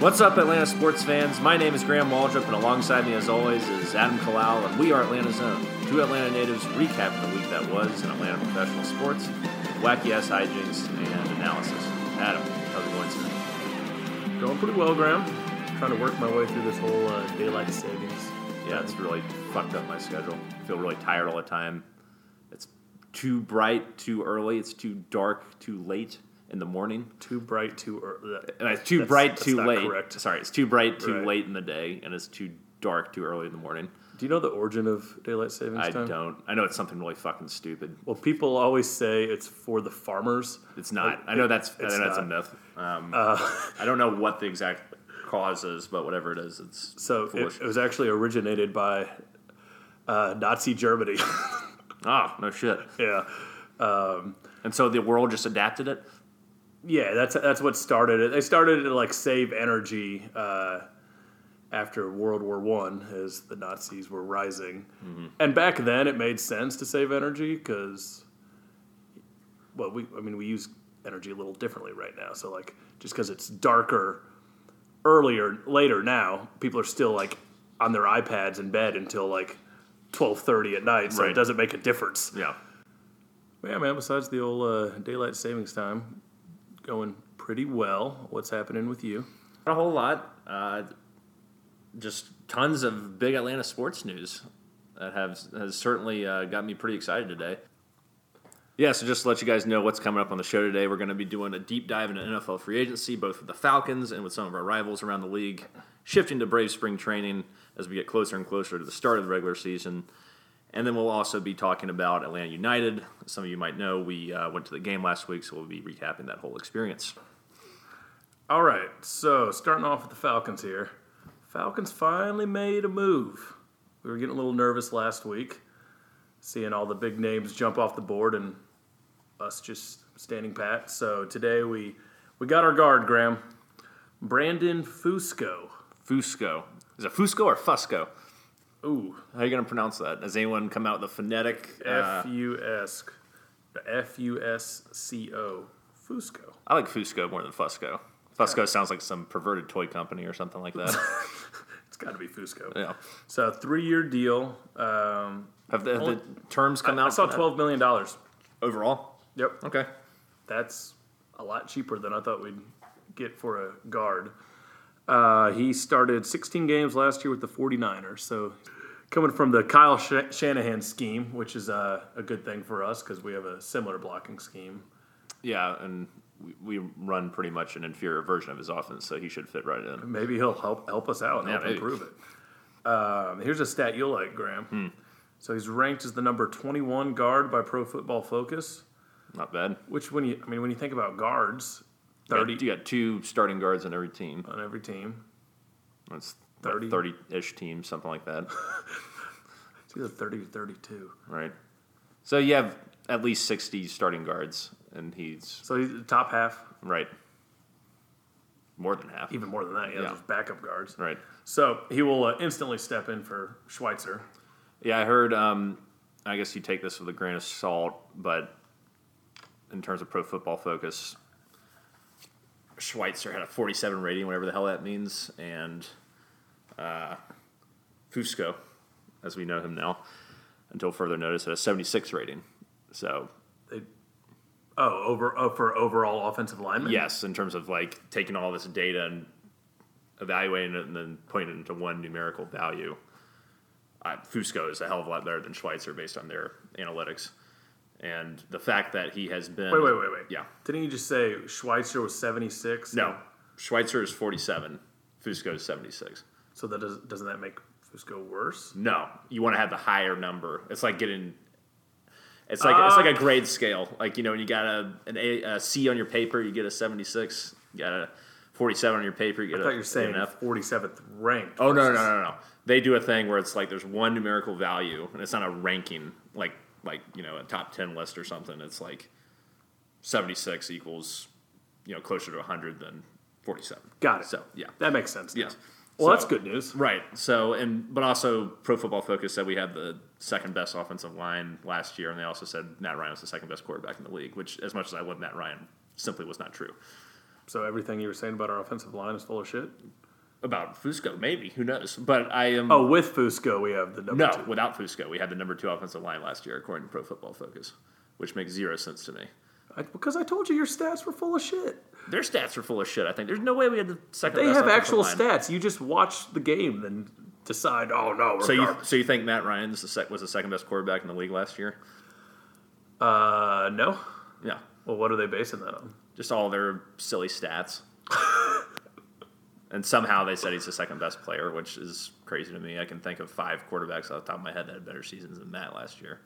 What's up, Atlanta sports fans? My name is Graham Waldrop, and alongside me, as always, is Adam Kalal, and we are Atlanta Zone. Two Atlanta natives recap the week that was in Atlanta professional sports, wacky ass hijinks, and analysis. Adam, how's it going tonight? Going pretty well, Graham. Trying to work my way through this whole uh, daylight savings. Yeah, it's really fucked up my schedule. I feel really tired all the time. It's too bright, too early. It's too dark, too late in the morning. Too bright, too early. And uh, it's too bright, that's too not late. correct. Sorry, it's too bright, too Right. late in the day, and it's too dark, too early in the morning. Do you know the origin of daylight savings I time? don't. I know it's something really fucking stupid. Well, people always say it's for the farmers. It's not. Like, I know that's. I it's know that's a not. Uh, myth. Um, I don't know what the exact cause is, but whatever it is, it's So it, foolish. it was actually originated by uh, Nazi Germany. oh no shit. yeah. Um, And so the world just adapted it. yeah, that's that's what started it. They started to like save energy uh, after World War One, as the Nazis were rising, and back then it made sense to save energy because, well, we I mean we use energy a little differently right now. So like just because it's darker earlier later now, people are still like on their iPads in bed until like twelve thirty at night, so Right. it doesn't make a difference. Yeah. Yeah, man. Besides the old uh, daylight savings time, going pretty well. What's happening with you? Not a whole lot. Uh, just tons of big Atlanta sports news that have has certainly uh, got me pretty excited today. Yeah, so just to let you guys know what's coming up on the show today, we're going to be doing a deep dive into NFL free agency, both with the Falcons and with some of our rivals around the league, shifting to Brave spring training as we get closer and closer to the start of the regular season. And then we'll also be talking about Atlanta United. Some of you might know we uh, went to the game last week, so we'll be recapping that whole experience. All right. So starting off with the Falcons here. Falcons finally made a move. We were getting a little nervous last week, seeing all the big names jump off the board and us just standing pat. So today we we got our guard, Graham. Brandon Fusco. Fusco. Is it Fusco or Fusco? Ooh, How are you going to pronounce that? Has anyone come out with a phonetic? Uh, F U S, F U S C O, Fusco. I like Fusco more than Fusco. Fusco sounds like some perverted toy company or something like that. It's got to be Fusco. yeah. So three year deal. Um, Have the, have the terms come out? I saw for that twelve million dollars. overall. Yep, Okay. that's a lot cheaper than I thought we'd get for a guard. Uh, he started 16 games last year with the 49ers, so coming from the Kyle Sh- Shanahan scheme, which is uh, a good thing for us because we have a similar blocking scheme. Yeah, and we, we run pretty much an inferior version of his offense, so he should fit right in. Maybe he'll help help us out and Yeah, help maybe. improve it. Um, here's a stat you'll like, Graham. Hmm. So he's ranked as the number 21 guard by Pro Football Focus. Not bad. Which, when you, I mean, when you think about guards, You got- thirty You got two starting guards on every team. on every team. That's 30. 30 ish team, something like that. It's either thirty or thirty-two. right. So you have at least 60 starting guards, and he's So he's the top half, Right. More than half. even more than that. Yeah, Yeah. there's backup guards. Right. So he will uh, instantly step in for Schweitzer. Yeah, I heard. Um, I guess you take this with a grain of salt, but in terms of Pro Football Focus, Schweitzer had a 47 rating, whatever the hell that means, and uh, Fusco, as we know him now, until further notice, had a 76 rating. So They, oh, over oh, for overall offensive lineman. yes, in terms of like taking all this data and evaluating it and then putting it into one numerical value, I, Fusco is a hell of a lot better than Schweitzer based on their analytics. And the fact that he has been Wait, wait, wait, wait. yeah Didn't you just say Schweitzer was seventy-six? no Schweitzer is forty seven, Fusco is seventy six. So that does, doesn't that make Fusco worse? No, you want to have the higher number. It's like getting. It's like it's like Uh. a grade scale. Like you know, when you got a an a, a C on your paper, you get a seventy six. You got a forty seven on your paper, you get I a thought you were saying an F. forty-seventh ranked. Oh no, no, versus- no, no, no. They do a thing where it's like there's one numerical value, and it's not a ranking like like you know a top ten list or something. It's like seventy six equals you know closer to hundred than forty seven. Got it. So yeah, That makes sense. now. yes. Well, So- that's good news. Right. So and but also Pro Football Focus said we had the second best offensive line last year, and they also said Matt Ryan was the second best quarterback in the league. Which, as much as I love Matt Ryan, simply was not true. So everything you were saying about our offensive line is full of shit. About Fusco, maybe who knows? But I am Oh, with Fusco, we have the number no two. without Fusco. We had the number two offensive line last year according to Pro Football Focus, which makes zero sense to me. I, because I told you your stats were full of shit. Their stats are full of shit. I think there's no way we had the second. They best have offensive actual line. stats. You just watch the game and decide. Oh no, we're So you garbage." so you think Matt Ryan is the sec- was the second best quarterback in the league last year? uh, no. Yeah, Well, what are they basing that on? just all their silly stats. and somehow they said he's the second best player, which is crazy to me. I can think of five quarterbacks off the top of my head that had better seasons than Matt last year.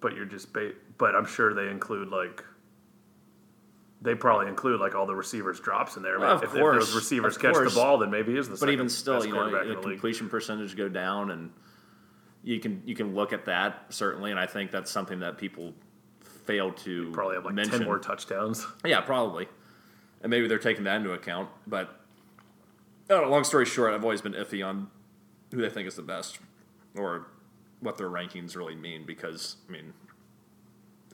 But you're just. Ba- but I'm sure they include like. They probably include like all the receivers drops in there. Well, of if, course, if those receivers of catch course. the ball, then maybe he is the. But second even still, best you know, quarterback the in the league. completion percentage go down, and you can you can look at that certainly, and I think that's something that people fail to probably have like mention. ten more touchdowns. Yeah, probably. And maybe they're taking that into account. But I don't know, long story short, I've always been iffy on who they think is the best or what their rankings really mean because, I mean,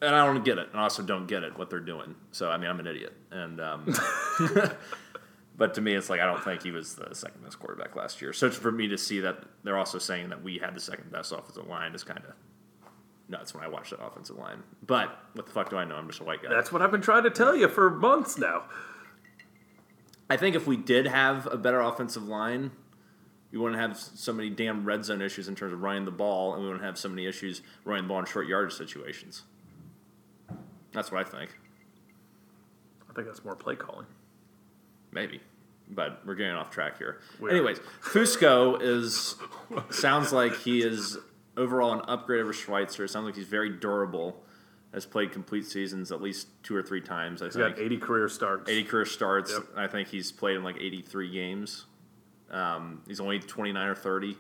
and I don't get it. And I also don't get it what they're doing. So, I mean, I'm an idiot. And, um, but to me, it's like I don't think he was the second best quarterback last year. So it's for me to see that they're also saying that we had the second best offensive line is kind of nuts when I watch that offensive line. But what the fuck do I know? I'm just a white guy. That's what I've been trying to tell you for months now. I think if we did have a better offensive line, we wouldn't have so many damn red zone issues in terms of running the ball, and we wouldn't have so many issues running the ball in short yardage situations. That's what I think. I think that's more play calling. Maybe. But we're getting off track here. We are. Anyways, Fusco is sounds like he is overall an upgrade over Schweitzer. Sounds like he's very durable. Has played complete seasons at least two or three times. I He's think got 80 career starts. 80 career starts. Yep. I think he's played in like 83 games. Um, he's only 29 or 30.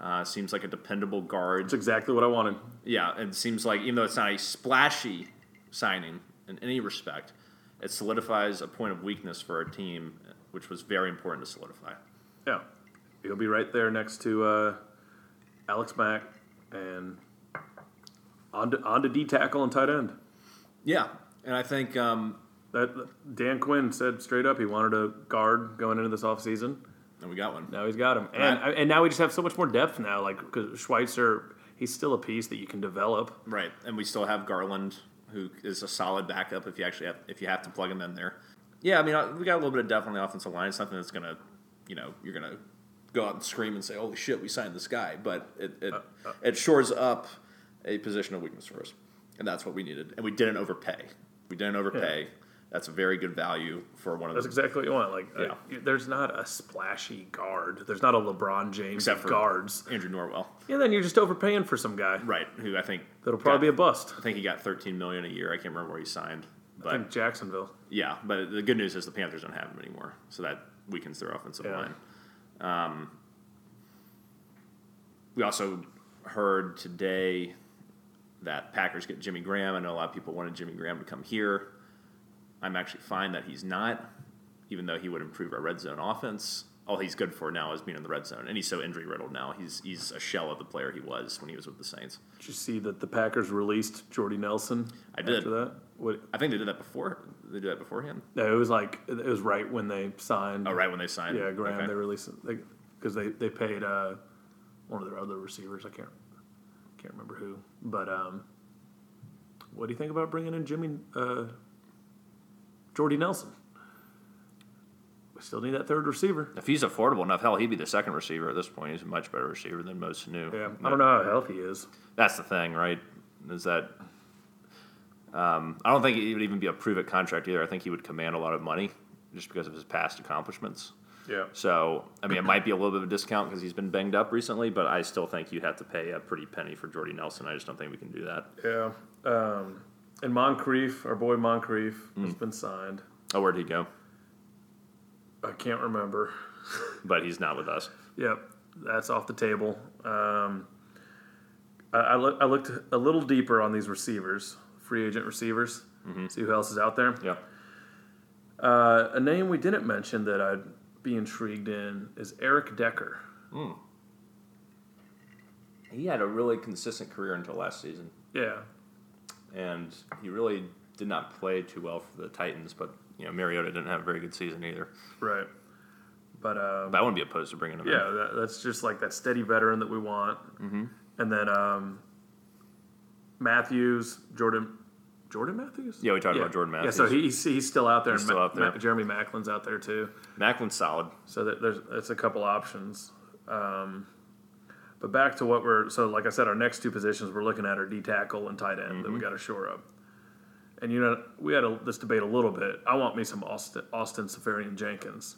Uh, seems like a dependable guard. That's exactly what I wanted. Yeah, it seems like even though it's not a splashy signing in any respect, it solidifies a point of weakness for our team, which was very important to solidify. Yeah. He'll be right there next to uh, Alex Mack and on to, on to D tackle and tight end. Yeah, and I think um, That Dan Quinn said straight up he wanted a guard going into this offseason. and we got one. Now he's got him. And, Right. and now we just have so much more depth now. Like, because Schweitzer, he's still a piece that you can develop. Right, and we still have Garland, who is a solid backup if you actually have, if you have to plug him in there. Yeah, I mean I- we got a little bit of depth on the offensive line. It's nothing that's gonna, you know, you're gonna go out and scream and say, "Holy shit, we signed this guy!" But it it, Uh, it shores up a position of weakness for us, and that's what we needed. And we didn't overpay. We didn't overpay. That's a very good value for one of That's the exactly what you want. Like, uh, Yeah. there's not a splashy guard. There's not a LeBron James Except of for- guards. Andrew Norwell, Yeah, then you're just overpaying for some guy. right? Who I think That'll probably got- be a bust. I think he got 13 million a year. I can't remember where he signed, I but think Jacksonville. Yeah, but the good news is the Panthers don't have him anymore, so that weakens their offensive Yeah. line. Um, we also heard today that Packers get Jimmy Graham. I know a lot of people wanted Jimmy Graham to come here. I'm actually fine that he's not, even though he would improve our red zone offense. All he's good for now is being in the red zone, and he's so injury riddled now. He's he's a shell of the player he was when he was with the Saints. Did you see that the Packers released Jordy Nelson? I did. After that, what? I think they did that before. They did that beforehand. No, it was like it was right when they signed. Oh, right when they signed. Yeah, Graham. Okay. They released because they, they paid uh, one of their other receivers. I can't can't remember who. But um, what do you think about bringing in Jimmy uh, Jordy Nelson? We still need that third receiver. If he's affordable enough, hell, he'd be the second receiver at this point. He's a much better receiver than most new. Yeah, I don't know how healthy he is. That's the thing, right? Is that um, I don't think he would even be a prove it contract either. I think he would command a lot of money just because of his past accomplishments. Yeah, So, I mean, it might be a little bit of a discount because he's been banged up recently, but I still think you'd have to pay a pretty penny for Jordy Nelson. I just don't think we can do that. yeah. Um, and Moncrief, our boy Moncrief, has been signed. Oh, where'd he go? I can't remember. But he's not with us. Yep, that's off the table. Um, I, I, look, I looked a little deeper on these receivers, free agent receivers, see who else is out there. Yeah. Uh, a name we didn't mention that I'd be intrigued in is Eric Decker. He had a really consistent career until last season. Yeah, and he really did not play too well for the Titans, but you know Mariota didn't have a very good season either. Right. But, um, But I wouldn't be opposed to bringing him. in. yeah, that, that's just like that steady veteran that we want. And then um, Matthews, Jordan, Jordan Matthews. Yeah, we talked about Jordan Matthews. Yeah, so he's he's still out there. He's and still Ma- out there. Ma- Jeremy Macklin's out there too. Macklin's solid. So that there's it's a couple options. Um, but back to what we're so like I said, our next two positions we're looking at are D tackle and tight end that we Mm-hmm. got to shore up. And you know we had a, this debate a little bit. I want me some Austin Austin Safarian Jenkins.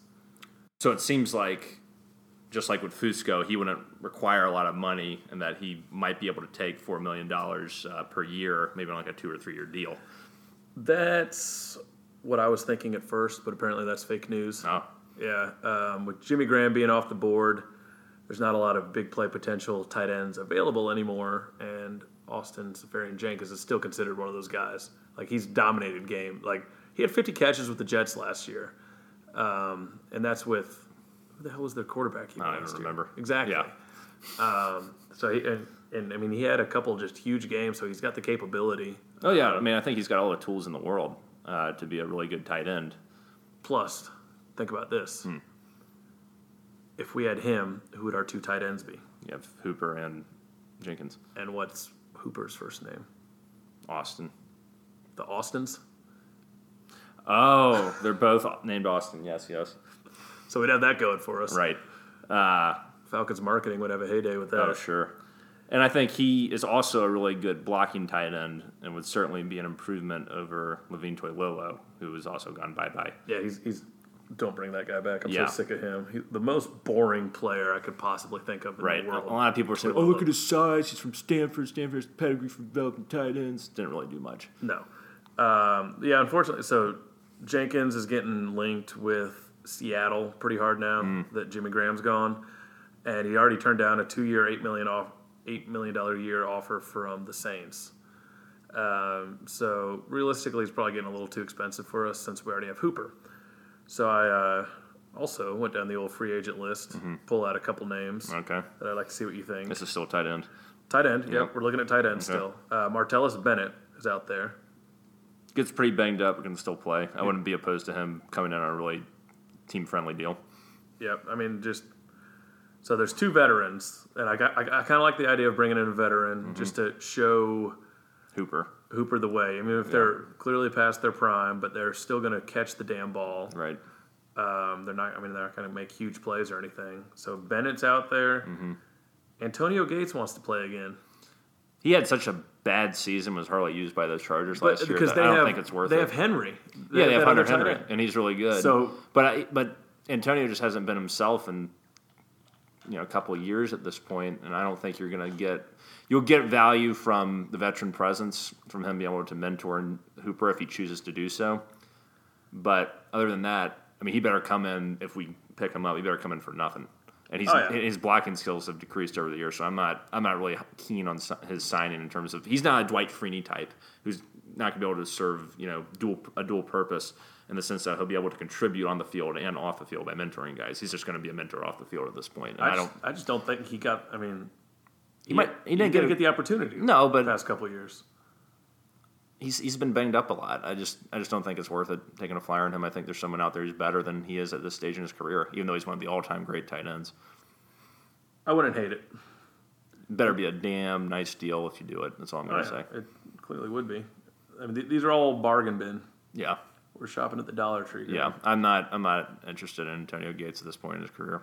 So it seems like, just like with Fusco, he wouldn't require a lot of money, and that he might be able to take four million dollars uh, per year, maybe on like a two or three year deal. That's what I was thinking at first, but apparently that's fake news. Oh, Yeah, um, with Jimmy Graham being off the board, there's not a lot of big play potential tight ends available anymore, and Austin Safarian Jenkins is still considered one of those guys. Like he's dominated game. Like he had 50 catches with the Jets last year, um, and that's with who the hell was their quarterback? He I don't even last year? remember. exactly. Yeah. Um, so he, and, and I mean he had a couple just huge games, so he's got the capability. oh yeah. I mean, I think he's got all the tools in the world uh, to be a really good tight end. Plus, think about this: Hmm. if we had him, who would our two tight ends be? You have Hooper and Jenkins, and what's Hooper's first name? Austin. The Austins. Oh, they're both named Austin. Yes, yes. So we'd have that going for us. Right. Uh, Falcons marketing would have a heyday with that. Oh, sure. And I think he is also a really good blocking tight end and would certainly be an improvement over Levine Toilolo, who has also gone bye bye. yeah, he's, he's don't bring that guy back. I'm Yeah. so sick of him. He, the most boring player I could possibly think of in Right. the A world. lot of people are saying, oh, look at his size. He's from Stanford. Stanford's pedigree for developing tight ends. Didn't really do much. No. Um, yeah, unfortunately. So Jenkins is getting linked with Seattle pretty hard now that Jimmy Graham's gone, and he already turned down a two-year, eight million off, eight million dollar a year offer from the Saints. Um, so realistically, it's probably getting a little too expensive for us since we already have Hooper. So I uh, also went down the old free agent list, pull out a couple names Okay. that I'd like to see what you think. This is still tight end. Tight end, yep. Yep. We're looking at tight end still. Uh, Martellus Bennett is out there. Gets pretty banged up, but can still play. I wouldn't be opposed to him coming in on a really team friendly deal. Yep. I mean, just so there's two veterans, and I got, I, I kind of like the idea of bringing in a veteran Mm-hmm. just to show Hooper. Hooper the way. I mean, if they're clearly past their prime, but they're still going to catch the damn ball. Right. Um, they're not. I mean, they're not going to make huge plays or anything. So Bennett's out there. Mm-hmm. Antonio Gates wants to play again, He had such a bad season, was hardly used by those Chargers but last year. because that they I don't have think it's worth they it. have Henry. Yeah, they have that Hunter other tight Henry, end. and he's really good. So- but I, but Antonio just hasn't been himself in you know a couple of years at this point, and I don't think you're going to get you'll get value from the veteran presence from him being able to mentor Hooper if he chooses to do so. But other than that, I mean, he better come in if we pick him up. He better come in for nothing. And he's, Oh, yeah. his blocking skills have decreased over the years, so I'm not I'm not really keen on si- his signing in terms of he's not a Dwight Freeney type who's not going to be able to serve you know dual a dual purpose in the sense that he'll be able to contribute on the field and off the field by mentoring guys. He's just going to be a mentor off the field at this point. And I, I, don't. just, I just don't think he got. I mean, He might. He didn't get. didn't get the opportunity. No, but- the past couple years. he's he's been banged up a lot. I just I just don't think it's worth it taking a flyer on him. I think there's someone out there who's better than he is at this stage in his career, even though he's one of the all time great tight ends. I wouldn't hate it. Better be a damn nice deal if you do it. That's all I'm Oh, going to yeah. say. It clearly would be. I mean, th- these are all bargain bin. Yeah. We're shopping at the Dollar Tree. here. Yeah, I'm not. I'm not interested in Antonio Gates at this point in his career.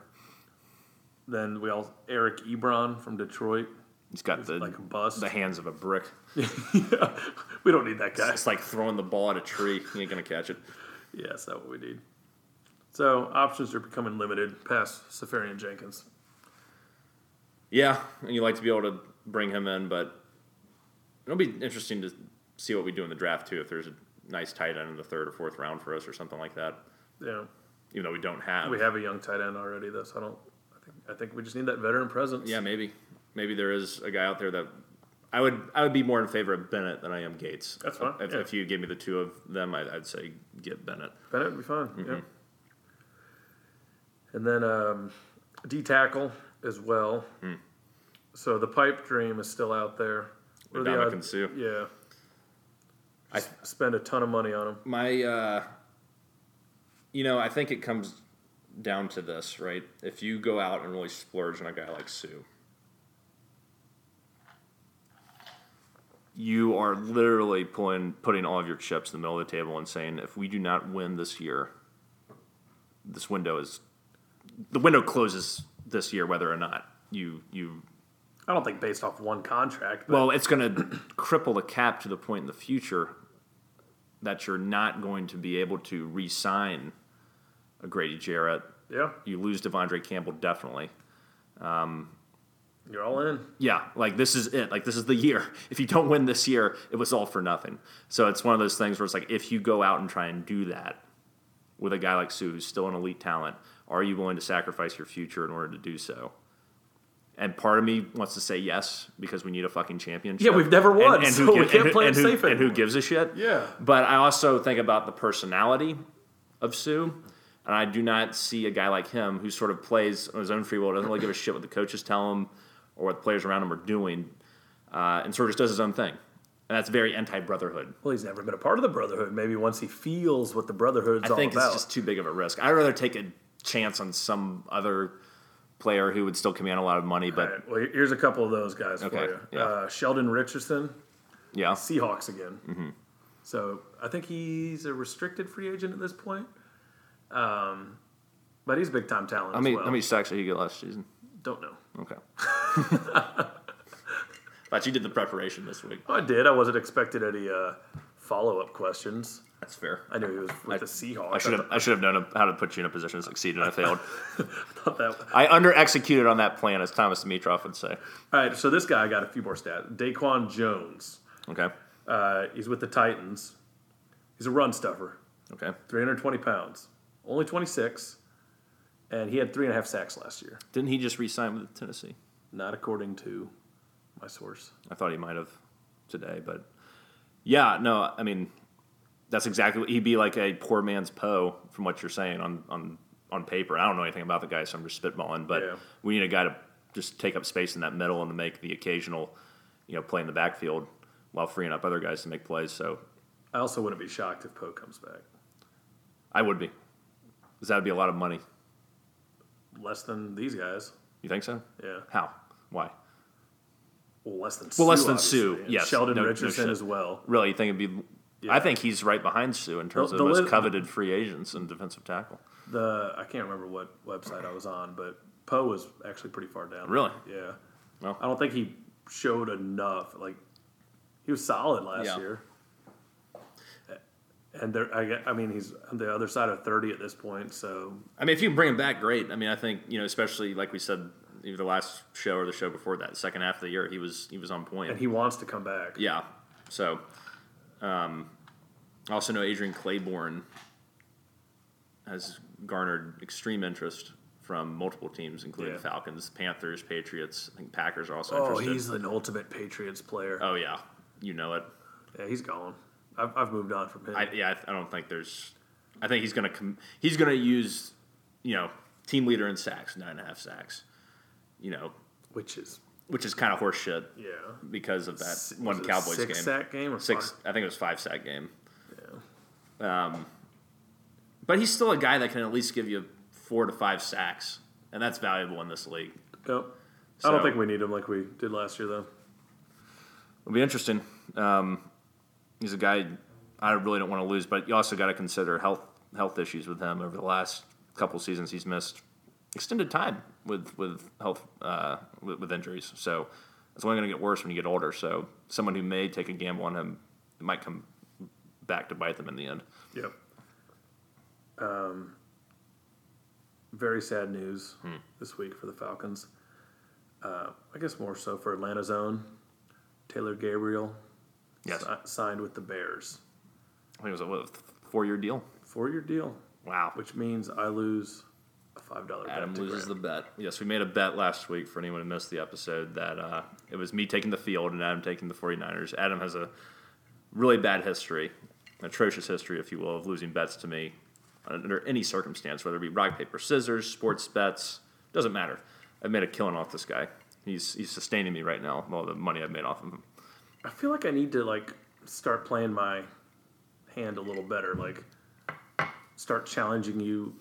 Then we all Eric Ebron from Detroit, He's got the like a bust. the hands of a brick. yeah. We don't need that guy. It's like throwing the ball at a tree. He ain't gonna catch it. Yeah, that's not what we need. So options are becoming limited past Safarian Jenkins. Yeah, and you like to be able to bring him in, but it'll be interesting to see what we do in the draft too. If there's a nice tight end in the third or fourth round for us or something like that, Yeah, even though we don't have. we have a young tight end already, though. So I don't. I think I think we just need that veteran presence. Yeah, maybe. Maybe there is a guy out there that I would I would be more in favor of Bennett than I am Gates. That's fine, If, yeah. if you gave me the two of them, I, I'd say get Bennett. Bennett would be fine. Yeah. And then um, D tackle as well. So the pipe dream is still out there. What are the Dominican odds- Sue. Yeah. I- S- spend a ton of money on them. my uh, you know i think it comes down to this right if you go out and really splurge on a guy like sue you are literally pulling putting all of your chips in the middle of the table and saying if we do not win this year this window is the window closes this year whether or not you you I don't think based off one contract, but well, it's going to cripple the cap to the point in the future that you're not going to be able to re-sign a Grady Jarrett. yeah, You lose Devondre Campbell definitely. you're all in. Yeah, like this is it. Like this is the year. If you don't win this year, it was all for nothing. So it's one of those things where it's like if you go out and try and do that with a guy like Sue, who's still an elite talent, are you willing to sacrifice your future in order to do so? And part of me wants to say yes because we need a fucking championship. Yeah, we've never won, so we can't who- play it who- safe and who anymore. gives a shit? Yeah. But I also think about the personality of Sue, and I do not see a guy like him who sort of plays on his own free will, doesn't really give a shit what the coaches tell him or what the players around him are doing, uh, and sort of just does his own thing. And that's very anti brotherhood. Well, he's never been a part of the Brotherhood. Maybe once he feels what the Brotherhood's I all think about. it's just too big of a risk. I'd rather take a chance on some other player who would still command a lot of money, but All right, well, here's a couple of those guys Okay, for you. yeah. Uh, Sheldon Richardson, yeah. Seahawks again. Mm-hmm. So I think he's a restricted free agent at this point. Um, but he's big time talent. How as many, well. how many sacks did he get last season? Don't know. Okay. but you did the preparation this week. I did. I wasn't expecting any uh, follow up questions. That's fair. I knew he was with I- the Seahawks. I should have I should have known how to put you in a position to succeed, and I failed. thought that. I under executed on that plan, as Thomas Dimitrov would say. All right, so this guy got a few more stats. Daquan Jones. Okay, Uh, he's with the Titans. He's a run stuffer, okay. 320 pounds, only 26, and he had three and a half sacks last year. Didn't he just re-sign with Tennessee? Not according to my source. I thought he might have today, but yeah, no. I mean, that's exactly what he'd be like a poor man's Poe, from what you're saying on on on paper. I don't know anything about the guy, so I'm just spitballing. But Yeah. we need a guy to just take up space in that middle and to make the occasional, you know, play in the backfield while freeing up other guys to make plays. So I also wouldn't be shocked if Poe comes back. I would be, 'Cause that would be a lot of money. Less than these guys. You think so? Yeah. How? Why? Well, less than Sue. Well, less than obviously, Sue, and yes. Sheldon No- no Richardson shit. as well. Really, you think it'd be? Yeah. I think he's right behind Sue in terms The- of the the most li- coveted free agents in defensive tackle. The I can't remember what website I was on, but Poe was actually pretty far down. Really? Yeah. Well. I don't think he showed enough. Like he was solid last Yeah. year. And there, I, get- I mean, he's on the other side of thirty at this point. So I mean, if you can bring him back, great. I mean, I think you know, especially like we said, either the last show or the show before that, second half of the year, he was he was on point. and he wants to come back. yeah. So, um, I also know Adrian Claiborne has garnered extreme interest from multiple teams, including Yeah. Falcons, Panthers, Patriots. I think Packers are also Oh, interested. he's an ultimate Patriots player. oh yeah, you know it. Yeah, he's gone. I've, I've moved on from him. I, yeah, I, I don't think there's. I think he's gonna com- he's gonna use, you know, team leader in sacks, nine and a half sacks, you know, which is which is kind of horseshit yeah. because of that S- one was it a Cowboys six game. sack game or Six, five? I think it was five sack game. Um, Yeah. But he's still a guy that can at least give you four to five sacks, and that's valuable in this league. Nope. I don't So- think we need him like we did last year, though. It'll be interesting. Um, he's a guy I really don't want to lose, but you also got to consider health health issues with him over the last couple seasons. He's missed extended time with with health uh, with, with injuries, so it's only going to get worse when you get older. So someone who may take a gamble on him might come back to bite them in the end. Yep. Um, very sad news Hmm. this week for the Falcons. Uh, I guess more so for Atlanta's own. Taylor Gabriel Yes, si- I signed with the Bears. think it was a what, four year deal. Four year deal, Wow. which means I lose a $5 Adam bet. to loses Graham. the bet. Yes, we made a bet last week for anyone who missed the episode that uh, it was me taking the field and Adam taking the 49ers. Adam has a really bad history, an atrocious history, if you will, of losing bets to me under any circumstance, whether it be rock, paper, scissors, sports bets, doesn't matter. I've made a killing off this guy. He's, he's sustaining me right now, with all the money I've made off of him. I feel like I need to like start playing my hand a little better. Like start challenging you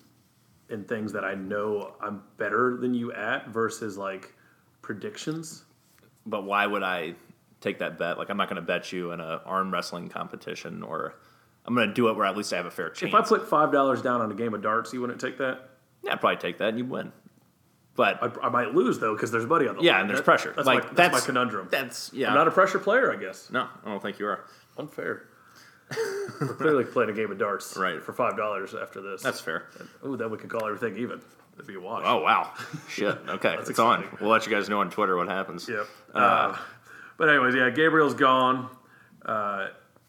in things that I know I'm better than you at versus like predictions. But why would I take that bet? Like, I'm not going to bet you in an arm wrestling competition, or I'm going to do it where at least I have a fair chance. If I put five dollars down on a game of darts, you wouldn't take that. yeah, I'd probably take that and you win. But I, I might lose though because there's money on the yeah, line. and there's That- pressure. That's, like my, that's, that's my conundrum. That's yeah. I'm not a pressure player, I guess. no, I don't think you are. Unfair. We're clearly playing a game of darts Right. for five dollars after this. That's fair. Ooh, then we could call everything even. That'd be a wash. Oh wow, shit. Okay, it's on. exciting. We'll let you guys know on Twitter what happens. Yep. Uh, but anyways, yeah, Gabriel's gone. Uh,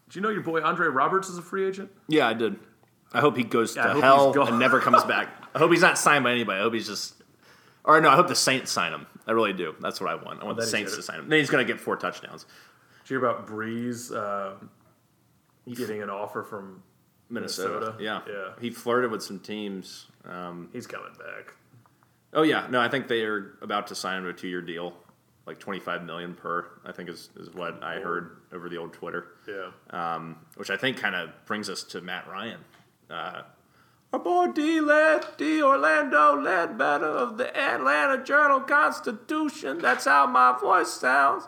do you know your boy Andre Roberts is a free agent? Yeah, I did. I hope he goes I hope to he's hell gone. and never comes back. I hope he's not signed by anybody. I hope he's just. Or no, I hope the Saints sign him. I really do. That's what I want. I want the then he's Saints good. to sign him. Then he's going to get four touchdowns. Did you hear about Breeze uh, getting an offer from? Minnesota. Minnesota? Yeah. Yeah. He flirted with some teams. Um, He's coming back. oh yeah, no, I think they are about to sign him to a two-year deal, like twenty-five million per. I think is is what I heard over the old Twitter. Yeah. um, which I think kind of brings us to Matt Ryan. Uh, our boy D. Led, D. Orlando Ledbetter of the Atlanta Journal Constitution, that's how my voice sounds,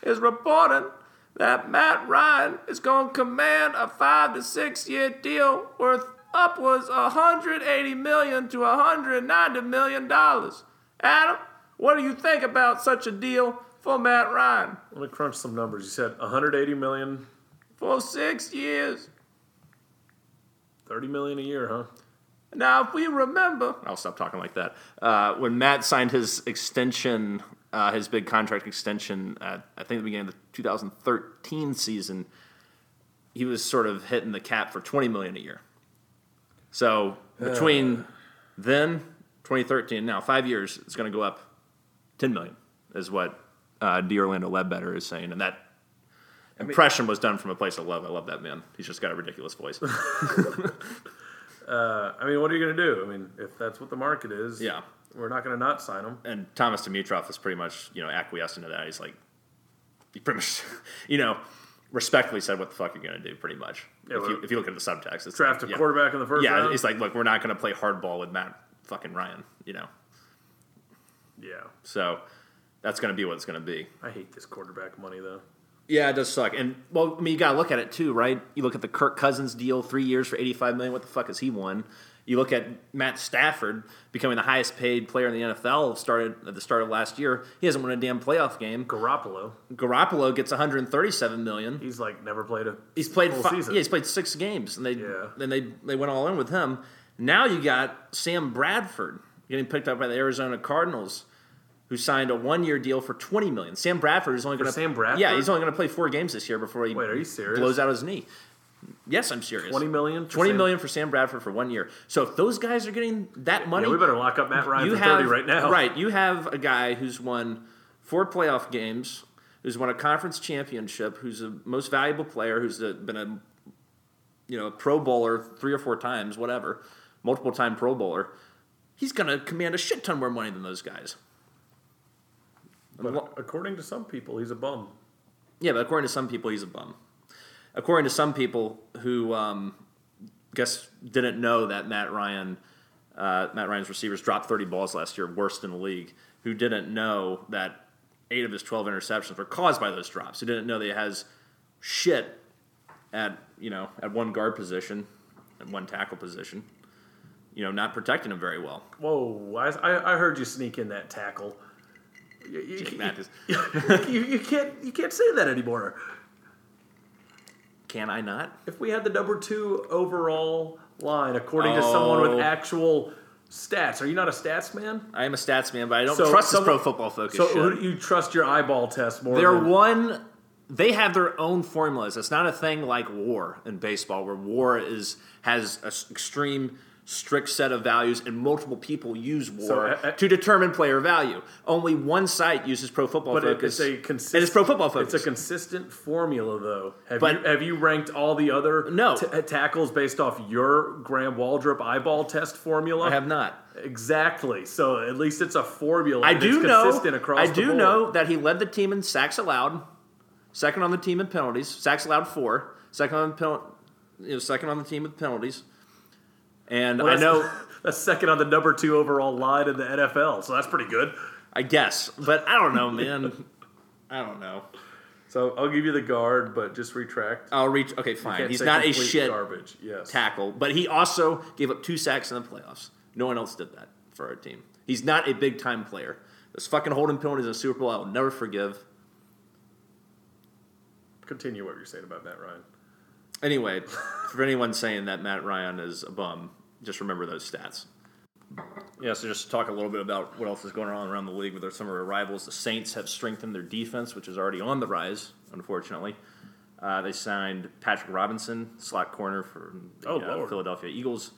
is reporting that Matt Ryan is going to command a five to six year deal worth upwards of 180 million to 190 million dollars. Adam, what do you think about such a deal for Matt Ryan? Let me crunch some numbers. You said 180 million, For six years, 30 million a year, huh? Now, if we remember, I'll stop talking like that. Uh, when Matt signed his extension, uh, his big contract extension, at, I think the beginning of the 2013 season, he was sort of hitting the cap for 20 million a year. So between then 2013 and now, five years, it's going to go up 10 million, is what uh, D. Orlando Ledbetter is saying, and that. Impression was done from a place of love. I love that man. He's just got a ridiculous voice. Uh, I mean, what are you going to do? I mean, if that's what the market is, Yeah. we're not going to not sign him. and Thomas Dimitrov is pretty much you know acquiesced into that. He's like, he pretty much, you know, respectfully said what the fuck you're gonna do, pretty much. Yeah, if, well, you, if you look at the subtext, it's Draft a like, yeah. quarterback in the first Yeah, round. it's like look, we're not gonna play hardball with Matt fucking Ryan, you know. yeah, So that's gonna be what it's gonna be. I hate this quarterback money though. Yeah, it does suck. And well, I mean, you gotta look at it too, right? You look at the Kirk Cousins deal, three years for eighty-five million. What the fuck has he won? You look at Matt Stafford becoming the highest-paid player in the NFL started at the start of last year. He hasn't won a damn playoff game. Garoppolo, Garoppolo gets 137 million. he's like never played a. He's played full fi- season. yeah, he's played six games, and they Yeah. then they they went all in with him. Now you got Sam Bradford getting picked up by the Arizona Cardinals, who signed a one year deal for 20 million. Sam Bradford is only going to Sam Bradford? yeah, he's only going to play four games this year before he Wait, are you serious? blows out his knee. Yes, I'm serious. 20 million. for 20 Sam- million for Sam Bradford for one year. So if those guys are getting that money, Yeah, we better lock up Matt Ryan you for have 30 right now. Right, you have a guy who's won four playoff games, who's won a conference championship, who's the most valuable player, who's a, been a you know a Pro Bowler three or four times, whatever, multiple time Pro Bowler. He's gonna command a shit ton more money than those guys. But according to some people, he's a bum. Yeah, but according to some people, he's a bum. According to some people who um, guess didn't know that Matt Ryan, uh, Matt Ryan's receivers dropped 30 balls last year, worst in the league. Who didn't know that eight of his 12 interceptions were caused by those drops? Who didn't know that he has shit at you know at one guard position, at one tackle position, you know, not protecting him very well. Whoa! I, I I heard you sneak in that tackle. You, you- Jake Mathis. you, you can't you can't say that anymore. Can I not? If we had the number two overall line, according to someone Oh. with actual stats, are you not a stats man? I am a stats man, but I don't So trust someone- this pro football focus. So shit. who do you trust your eyeball test more? They're than- one. They have their own formulas. It's not a thing like war in baseball, where war is has an extreme, strict set of values, and multiple people use war uh, uh, to determine player value. Only one site uses Pro Football But it- Focus. it's a consistent. It is Pro Football Focus. It's a consistent formula, though. Have But- you have you ranked all the other No. ta- tackles based off your Graham Waldrop eyeball test formula? I have not. Exactly. So at least it's a formula. I and it's do know. consistent across I the do board. know that he led the team in sacks allowed, second on the team in penalties, sacks allowed four, second on the penal- you know, second on the team with penalties. And Well, I that's- know, that's second on the number two overall line in the NFL, so that's pretty good. I guess, but I don't know, man. I don't know. So I'll give you the guard, but just retract. I'll reach. Okay, fine. Can't He's say not a complete shit garbage. Yes. tackle, but he also gave up two sacks in the playoffs. No one else did that for our team. He's not a big time player. Those fucking holding penalties in the Super Bowl, I will never forgive. Continue what you're saying about Matt Ryan. Anyway, for anyone saying that Matt Ryan is a bum, just remember those stats. Yeah, so just to talk a little bit about what else is going on around the league with our summer arrivals. The Saints have strengthened their defense, which is already on the rise, unfortunately. Uh, they signed Patrick Robinson, slot corner for the Oh, uh, Lord. Philadelphia Eagles.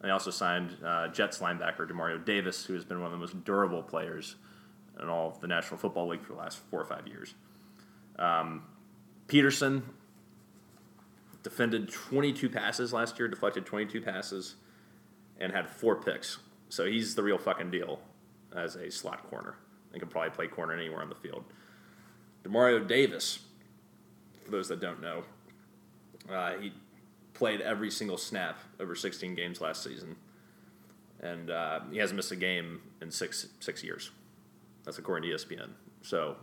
And they also signed uh, Jets linebacker Demario Davis, who has been one of the most durable players in all of the National Football League for the last four or five years. Um, Peterson defended 22 passes last year, deflected 22 passes, and had four picks. So he's the real fucking deal as a slot corner. He can probably play corner anywhere on the field. Demario Davis, for those that don't know, uh, he played every single snap over 16 games last season, and uh, he hasn't missed a game in six six years. That's according to E ESPN. So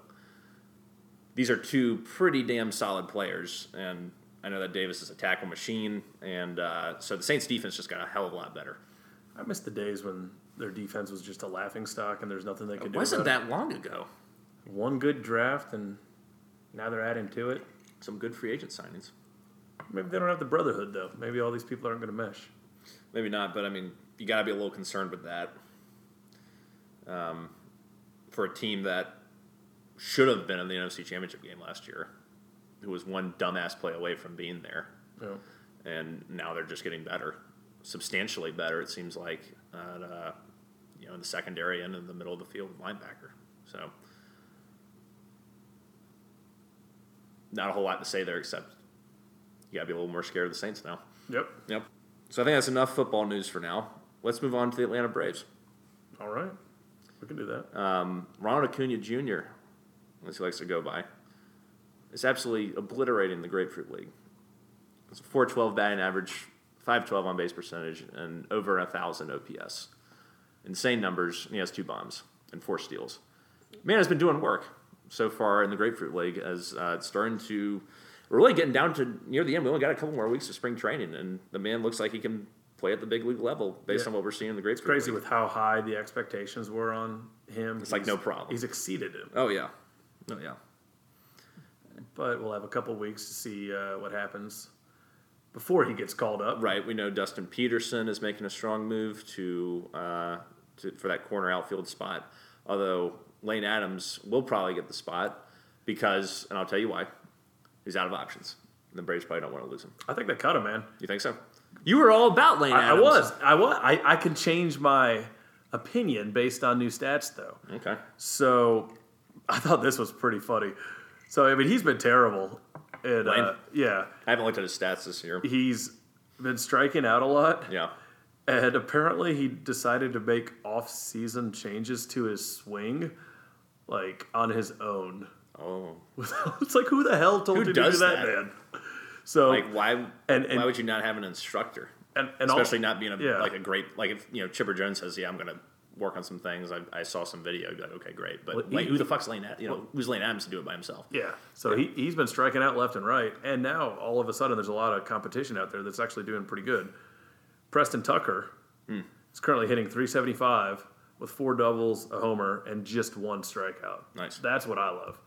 these are two pretty damn solid players, and I know that Davis is a tackle machine, and uh, so the Saints defense just got a hell of a lot better. I miss the days when their defense was just a laughing stock and there's nothing they could It do. wasn't about that long ago. it. one good draft and now they're adding to it? Some good free agent signings. Maybe they don't have the brotherhood though. Maybe all these people aren't going to mesh. Maybe not, but I mean, you got to be a little concerned with that. Um, for a team that should have been in the NFC Championship game last year, who was one dumbass play away from being there, No. and now they're just getting better, substantially better. It seems like, at, uh, you know, in the secondary and in the middle of the field linebacker. So, not a whole lot to say there except you got to be a little more scared of the Saints now. Yep. Yep. So I think that's enough football news for now. Let's move on to the Atlanta Braves. All right. We can do that. Um, Ronald Acuna Jr., as he likes to go by, is absolutely obliterating the Grapefruit League. It's a 412 batting average, 512 on base percentage, and over 1,000 OPS. Insane numbers. and He has two bombs and four steals. Man has been doing work so far in the Grapefruit League as uh, it's starting to. We're really getting down to near the end. We only got a couple more weeks of spring training, and the man looks like he can play at the big league level based Yeah. on what we're seeing in the Grapefruit Crazy League. with how high the expectations were on him. It's like He's- no problem. He's exceeded it. Oh, yeah. Oh, yeah. But we'll have a couple weeks to see uh, what happens before he gets called up. Right. We know Dustin Peterson is making a strong move to, uh, to for that corner outfield spot. Although Lane Adams will probably get the spot because, and I'll tell you why, he's out of options. And the Braves probably don't want to lose him. I think they cut him, man. You think so? You were all about Lane I, I Adams. was. I was. I, I can change my opinion based on new stats, though. Okay. So I thought this was pretty funny. So I mean, he's been terrible. And uh, Lane? yeah, I haven't looked at his stats this year. he's been striking out a lot. Yeah. And apparently, he decided to make off-season changes to his swing, like on his own. Oh. it's like, who the hell told Who you does to do that, that? man? So Like why? And- and- why would you not have an instructor? and, and also- especially not being a, yeah. like a great like if you know Chipper Jones says yeah I'm gonna work on some things I, I saw some video I'd be like okay great but Well, like, he- who the fuck's Lane Ad- you know who's Lane Adams to do it by himself Yeah. So he, he's been striking out left and right. And now all of a sudden there's a lot of competition out there that's actually doing pretty good. Preston Tucker Hmm. is currently hitting 375 with four doubles, a homer, and just one strikeout. Nice. That's what I love.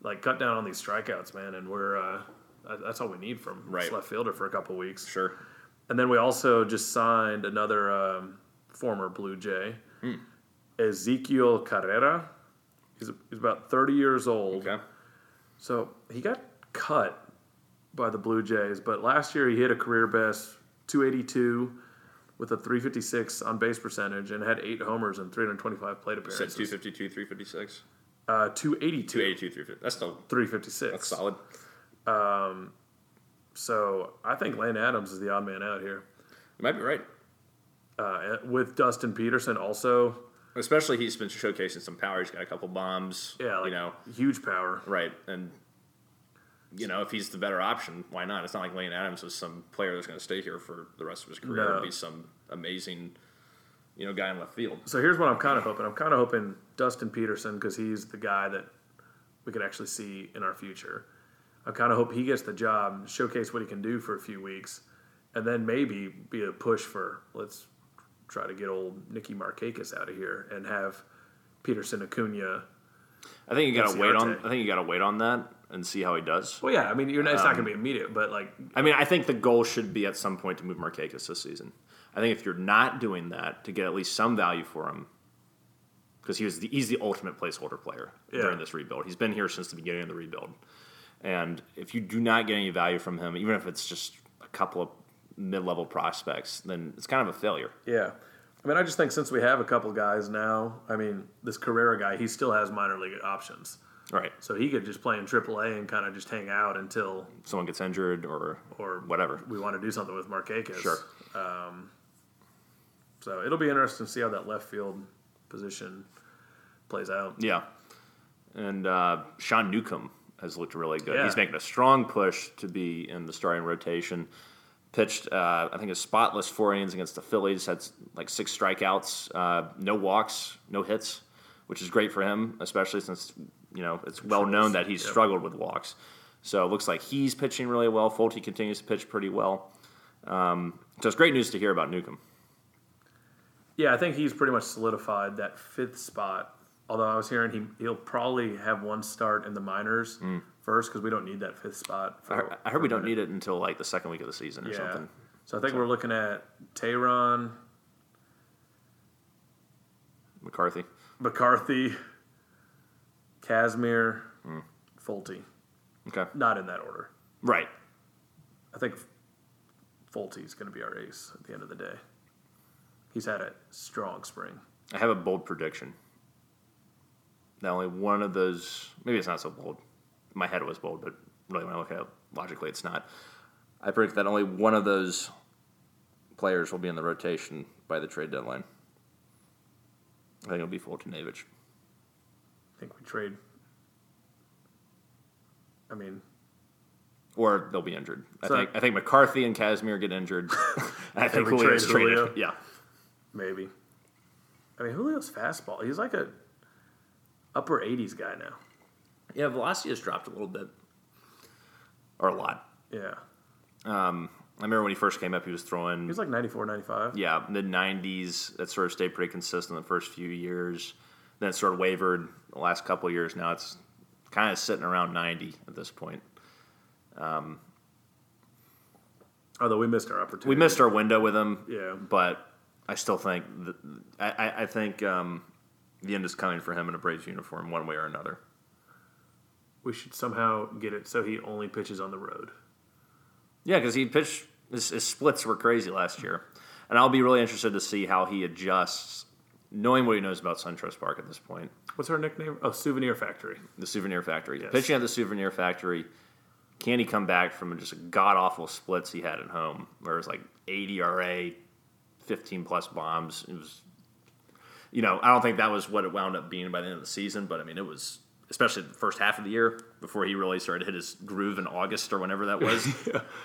Like, cut down on these strikeouts, man. And we're, uh, that- that's all we need from this Right. left fielder for a couple weeks. sure And then we also just signed another um, former Blue Jay, Hmm. Ezekiel Carrera. He's, he's about 30 years old. okay So he got cut by the Blue Jays, but last year he hit a career best 282 with a 356 on base percentage and had eight homers and 325 plate so appearances. 252 356 Uh, 282, 282 350 that's still 356. that's solid So I think Lane Adams is the odd man out here. you might be right Uh, and with Dustin Peterson also, especially he's been showcasing some power he's got a couple bombs yeah, like you know huge power. right and you know, if he's the better option, why not? It's not like Lane Adams was some player that's going to stay here for the rest of his career No. and be some amazing, you know, guy in left field. So here's what I'm kind of hoping. I'm kind of hoping Dustin Peterson because he's the guy that we could actually see in our future. I kind of hope he gets the job, showcase what he can do for a few weeks, and then maybe be a push for let's try to get old Nicky Markakis out of here and have Peterson Acuna. I think you got to That's wait on. Arte. I think you got to wait on that and see how he does. Well, yeah, I mean, you're not, it's not going to be immediate, but like, I mean, I think the goal should be at some point to move Marquez this season. I think if you're not doing that to get at least some value for him, because he was the, he's the ultimate placeholder player Yeah. during this rebuild. He's been here since the beginning of the rebuild, and if you do not get any value from him, even if it's just a couple of mid-level prospects, then it's kind of a failure. yeah. I mean, I just think since we have a couple guys now, I mean, this Carrera guy, he still has minor league options. All right, So he could just play in AAA and kind of just hang out until someone gets injured or or whatever. we want to do something with Marquez. Um, Sure. So it'll be interesting to see how that left field position plays out. Yeah. And uh, Sean Newcomb has looked really good. Yeah. He's making a strong push to be in the starting rotation. Pitched, uh, I think, a spotless four innings against the Phillies. Had like six strikeouts, uh, no walks, no hits, which is great for him, especially since you know it's well known that he's Yep. struggled with walks. So it looks like he's pitching really well. Fulte continues to pitch pretty well. Um, so it's great news to hear about Newcomb. Yeah, I think he's pretty much solidified that fifth spot. Although I was hearing he he'll probably have one start in the minors Mm. first because we don't need that fifth spot. I, For, I heard we don't need it until like the second week of the season or yeah. uh, something. So I think we're looking at Tehran, McCarthy. McCarthy, Casimir, Mm. Fulte. Okay. Not in that order. Right. I think Fulte's going to be our ace at the end of the day. He's had a strong spring. I have a bold prediction. That only one of those, maybe it's not so bold. My head was bold, but really when I look at it logically, it's not. I predict that only one of those players will be in the rotation by the trade deadline. I think it'll be Fultonavich. I think we trade. I mean, Or they'll be injured. I So- think I think McCarthy and Casimir get injured. And I think we Julio's trade Julio? traded. Yeah. maybe. I mean, Julio's fastball. He's like a upper 80s guy now. Yeah, velocity has dropped a little bit. Or a lot. Yeah. I remember when he first came up, he was throwing He's like 94, 95. yeah, mid '90s. That sort of stayed pretty consistent the first few years. Then it sort of wavered the last couple of years. Now it's kind of sitting around 90 at this point. Although we missed our opportunity. We missed our window with him, Yeah. but I still think th I, I- I think um, the end is coming for him in a Braves uniform, one way or another. We should somehow get it so he only pitches on the road. Yeah, because he pitched his, his splits were crazy last year, and I'll be really interested to see how he adjusts, knowing what he knows about SunTrust Park at this point. What's our nickname? Oh, Souvenir Factory. the souvenir factory. Yes. Pitching at the souvenir factory, can he come back from just god awful splits he had at home, where it was like E 80 RA, 15 plus bombs? It was, you know, I don't think that was what it wound up being by the end of the season, but I mean, it was especially the first half of the year before he really started to hit his groove in August or whenever that was,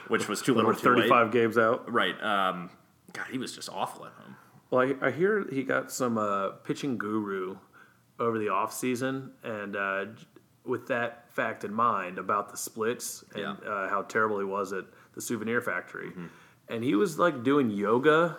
which was too little, We're too late. 35 games out. Right. Um, God, he was just awful at home. Well, I, I hear he got some uh, pitching guru over the off season, and uh, j- with that fact in mind about the splits and Yeah. Mm-hmm. uh, how terrible he was at the Souvenir Factory, and he was like doing yoga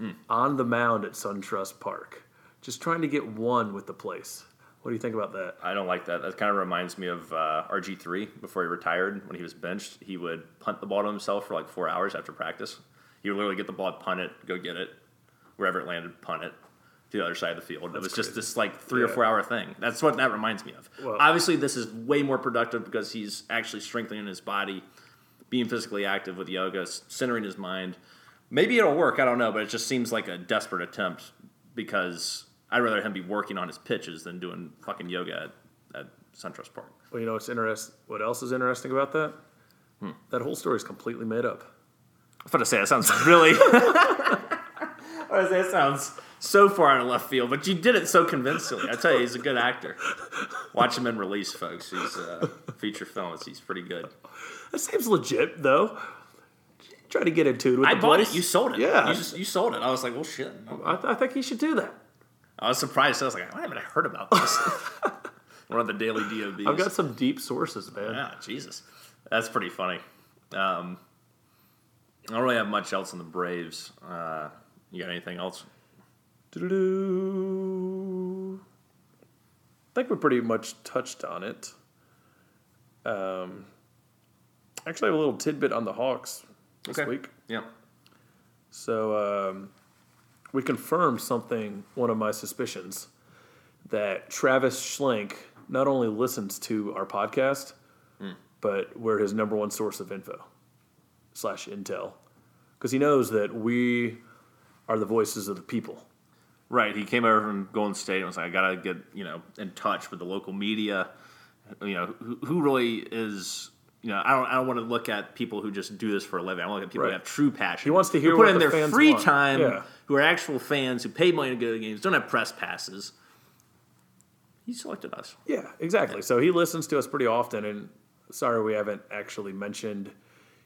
Mm. on the mound at SunTrust Park, just trying to get one with the place. What do you think about that? I don't like that. That kind of reminds me of uh, RG3 before he retired. When he was benched, he would punt the ball to himself for like four hours after practice. He would literally get the ball, punt it, go get it, wherever it landed, punt it to the other side of the field. it was just crazy. this like three or Yeah. four hour thing. That's what that reminds me of. Well- Obviously, this is way more productive because he's actually strengthening his body, being physically active with yoga, s- centering his mind. Maybe it'll work. I don't know, but it just seems like a desperate attempt because I'd rather him be working on his pitches than doing fucking yoga at, at SunTrust Park. Well, you know what's interest. What else is interesting about that? Hmm. That whole story is completely made up. I was about to say that sounds really. I was gonna say, That sounds so far out of left field, but you did it so convincingly. I tell you, he's a good actor. Watch him in Release, folks. He's uh, feature films. He's pretty good. That seems legit, though. Try to get in tune with I the bought place. it. You sold it. Yeah. you, just, you sold it. I was like, well, shit. I, I think he should do that. I was surprised. I was like, why haven't I heard about this? One of the daily DOBs. I've got some deep sources, man. Yeah, Jesus, that's pretty funny. Um, I don't really have much else on the Braves. Uh, you got anything else? Doo-doo-doo. I think we pretty much touched on it. Um, actually, I have a little tidbit on the Hawks this Okay. week. Yeah. So um, we confirmed something, one of my suspicions, that Travis Schlink not only listens to our podcast, but we're his number one source of info slash intel. Because he knows that we are the voices of the people. Right. He came over from Golden State and was like, I gotta get you know in touch with the local media. You know who, who really is. You know, I don't. I don't want to look at people who just do this for a living. I want to look at people Right. who have true passion. He wants to who hear put what in the their fans free want. time, Yeah. who are actual fans, who pay money to go to games, don't have press passes. He selected us. Yeah, exactly. So he listens to us pretty often, and sorry we haven't actually mentioned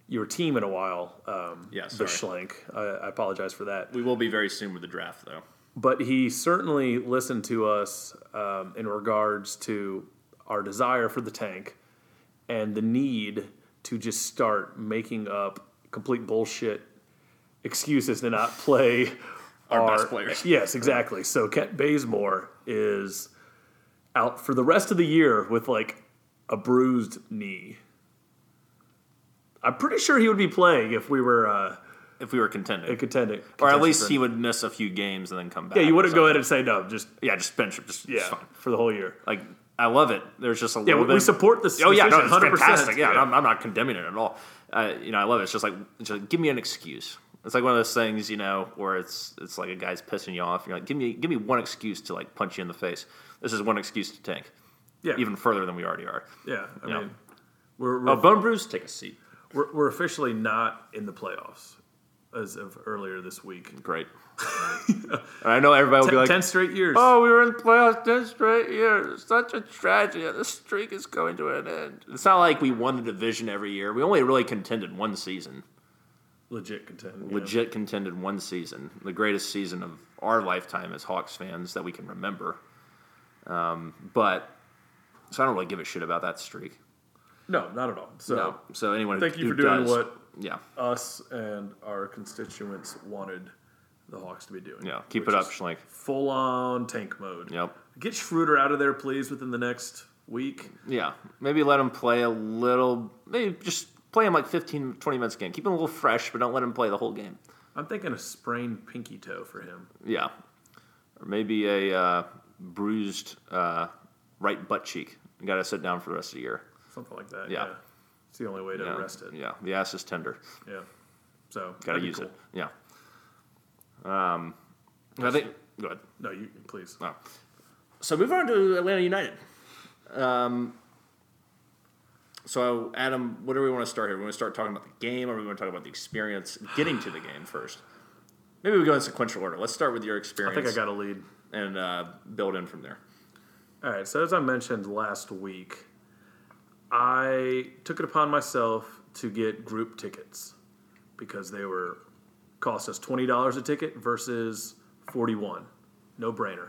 your team in a while. Um, Yeah, the sorry. Schlenk. I, I apologize for that, We will be very soon with the draft, though. but he certainly listened to us um, in regards to our desire for the tank and the need to just start making up complete bullshit excuses to not play Our best players. Yes, exactly. So Kent Bazemore is out for the rest of the year with like a bruised knee. I'm pretty sure he would be playing if we were uh, If we were contending, a contending, or at least he would miss a few games and then come back. Yeah, you or wouldn't go something. ahead and say no. Just Yeah, just bench him. Just yeah, yeah. Fine. for the whole year. Like I love it. There's just a Yeah, little we, bit. we support this. oh yeah, no, decision it's 100%. fantastic. Yeah, and I'm, I'm not condemning it at all. Uh, you know, I love it. It's just like, it's like, give me an excuse. It's like one of those things, you know, where it's it's like a guy's pissing you off. You're like, give me give me one excuse to like punch you in the face. This is one excuse to tank yeah, even further than we already are. yeah. I Yeah. mean, we're we're, Oh, Bone Bruce, take a seat. we're we're officially not in the playoffs as of earlier this week. Great. and I know everybody will be like, Ten straight years. Oh, we were in playoffs ten straight years. Such a tragedy. This streak is going to an end. It's not like we won the division every year. We only really contended one season. legit contend. Legit contended one season. The greatest season of our lifetime as Hawks fans that we can remember. Um, but so I don't really give a shit about that streak. No, not at all. So No. So anyone, Thank you who for doing does- what- Yeah, us and our constituents wanted the Hawks to be doing. yeah. Keep it up, Schlink. Full on tank mode. Yep. Get Schroeder out of there, please, within the next week. Yeah, maybe let him play a little. Maybe just play him like 15, 20 minutes a game. Keep him a little fresh, but don't let him play the whole game. I'm thinking a sprained pinky toe for him. Yeah, or maybe a uh, bruised uh, right butt cheek. You got to sit down for the rest of the year. Something like that. Yeah. It's the only way to Yeah. rest it. Yeah, the ass is tender. Yeah. So Got to that'd be use cool. it. Yeah. Um, I think. Go ahead. No, you please. Oh. So move on to Atlanta United. Um, so Adam, what do we want to start here? We want to start talking about the game, or we want to talk about the experience getting to the game first? Maybe we go in sequential order. Let's start with your I think experience I got a lead. and uh, build in from there. All right. So as I mentioned last week, I took it upon myself to get group tickets because they were cost us twenty dollars a ticket versus forty one. No brainer.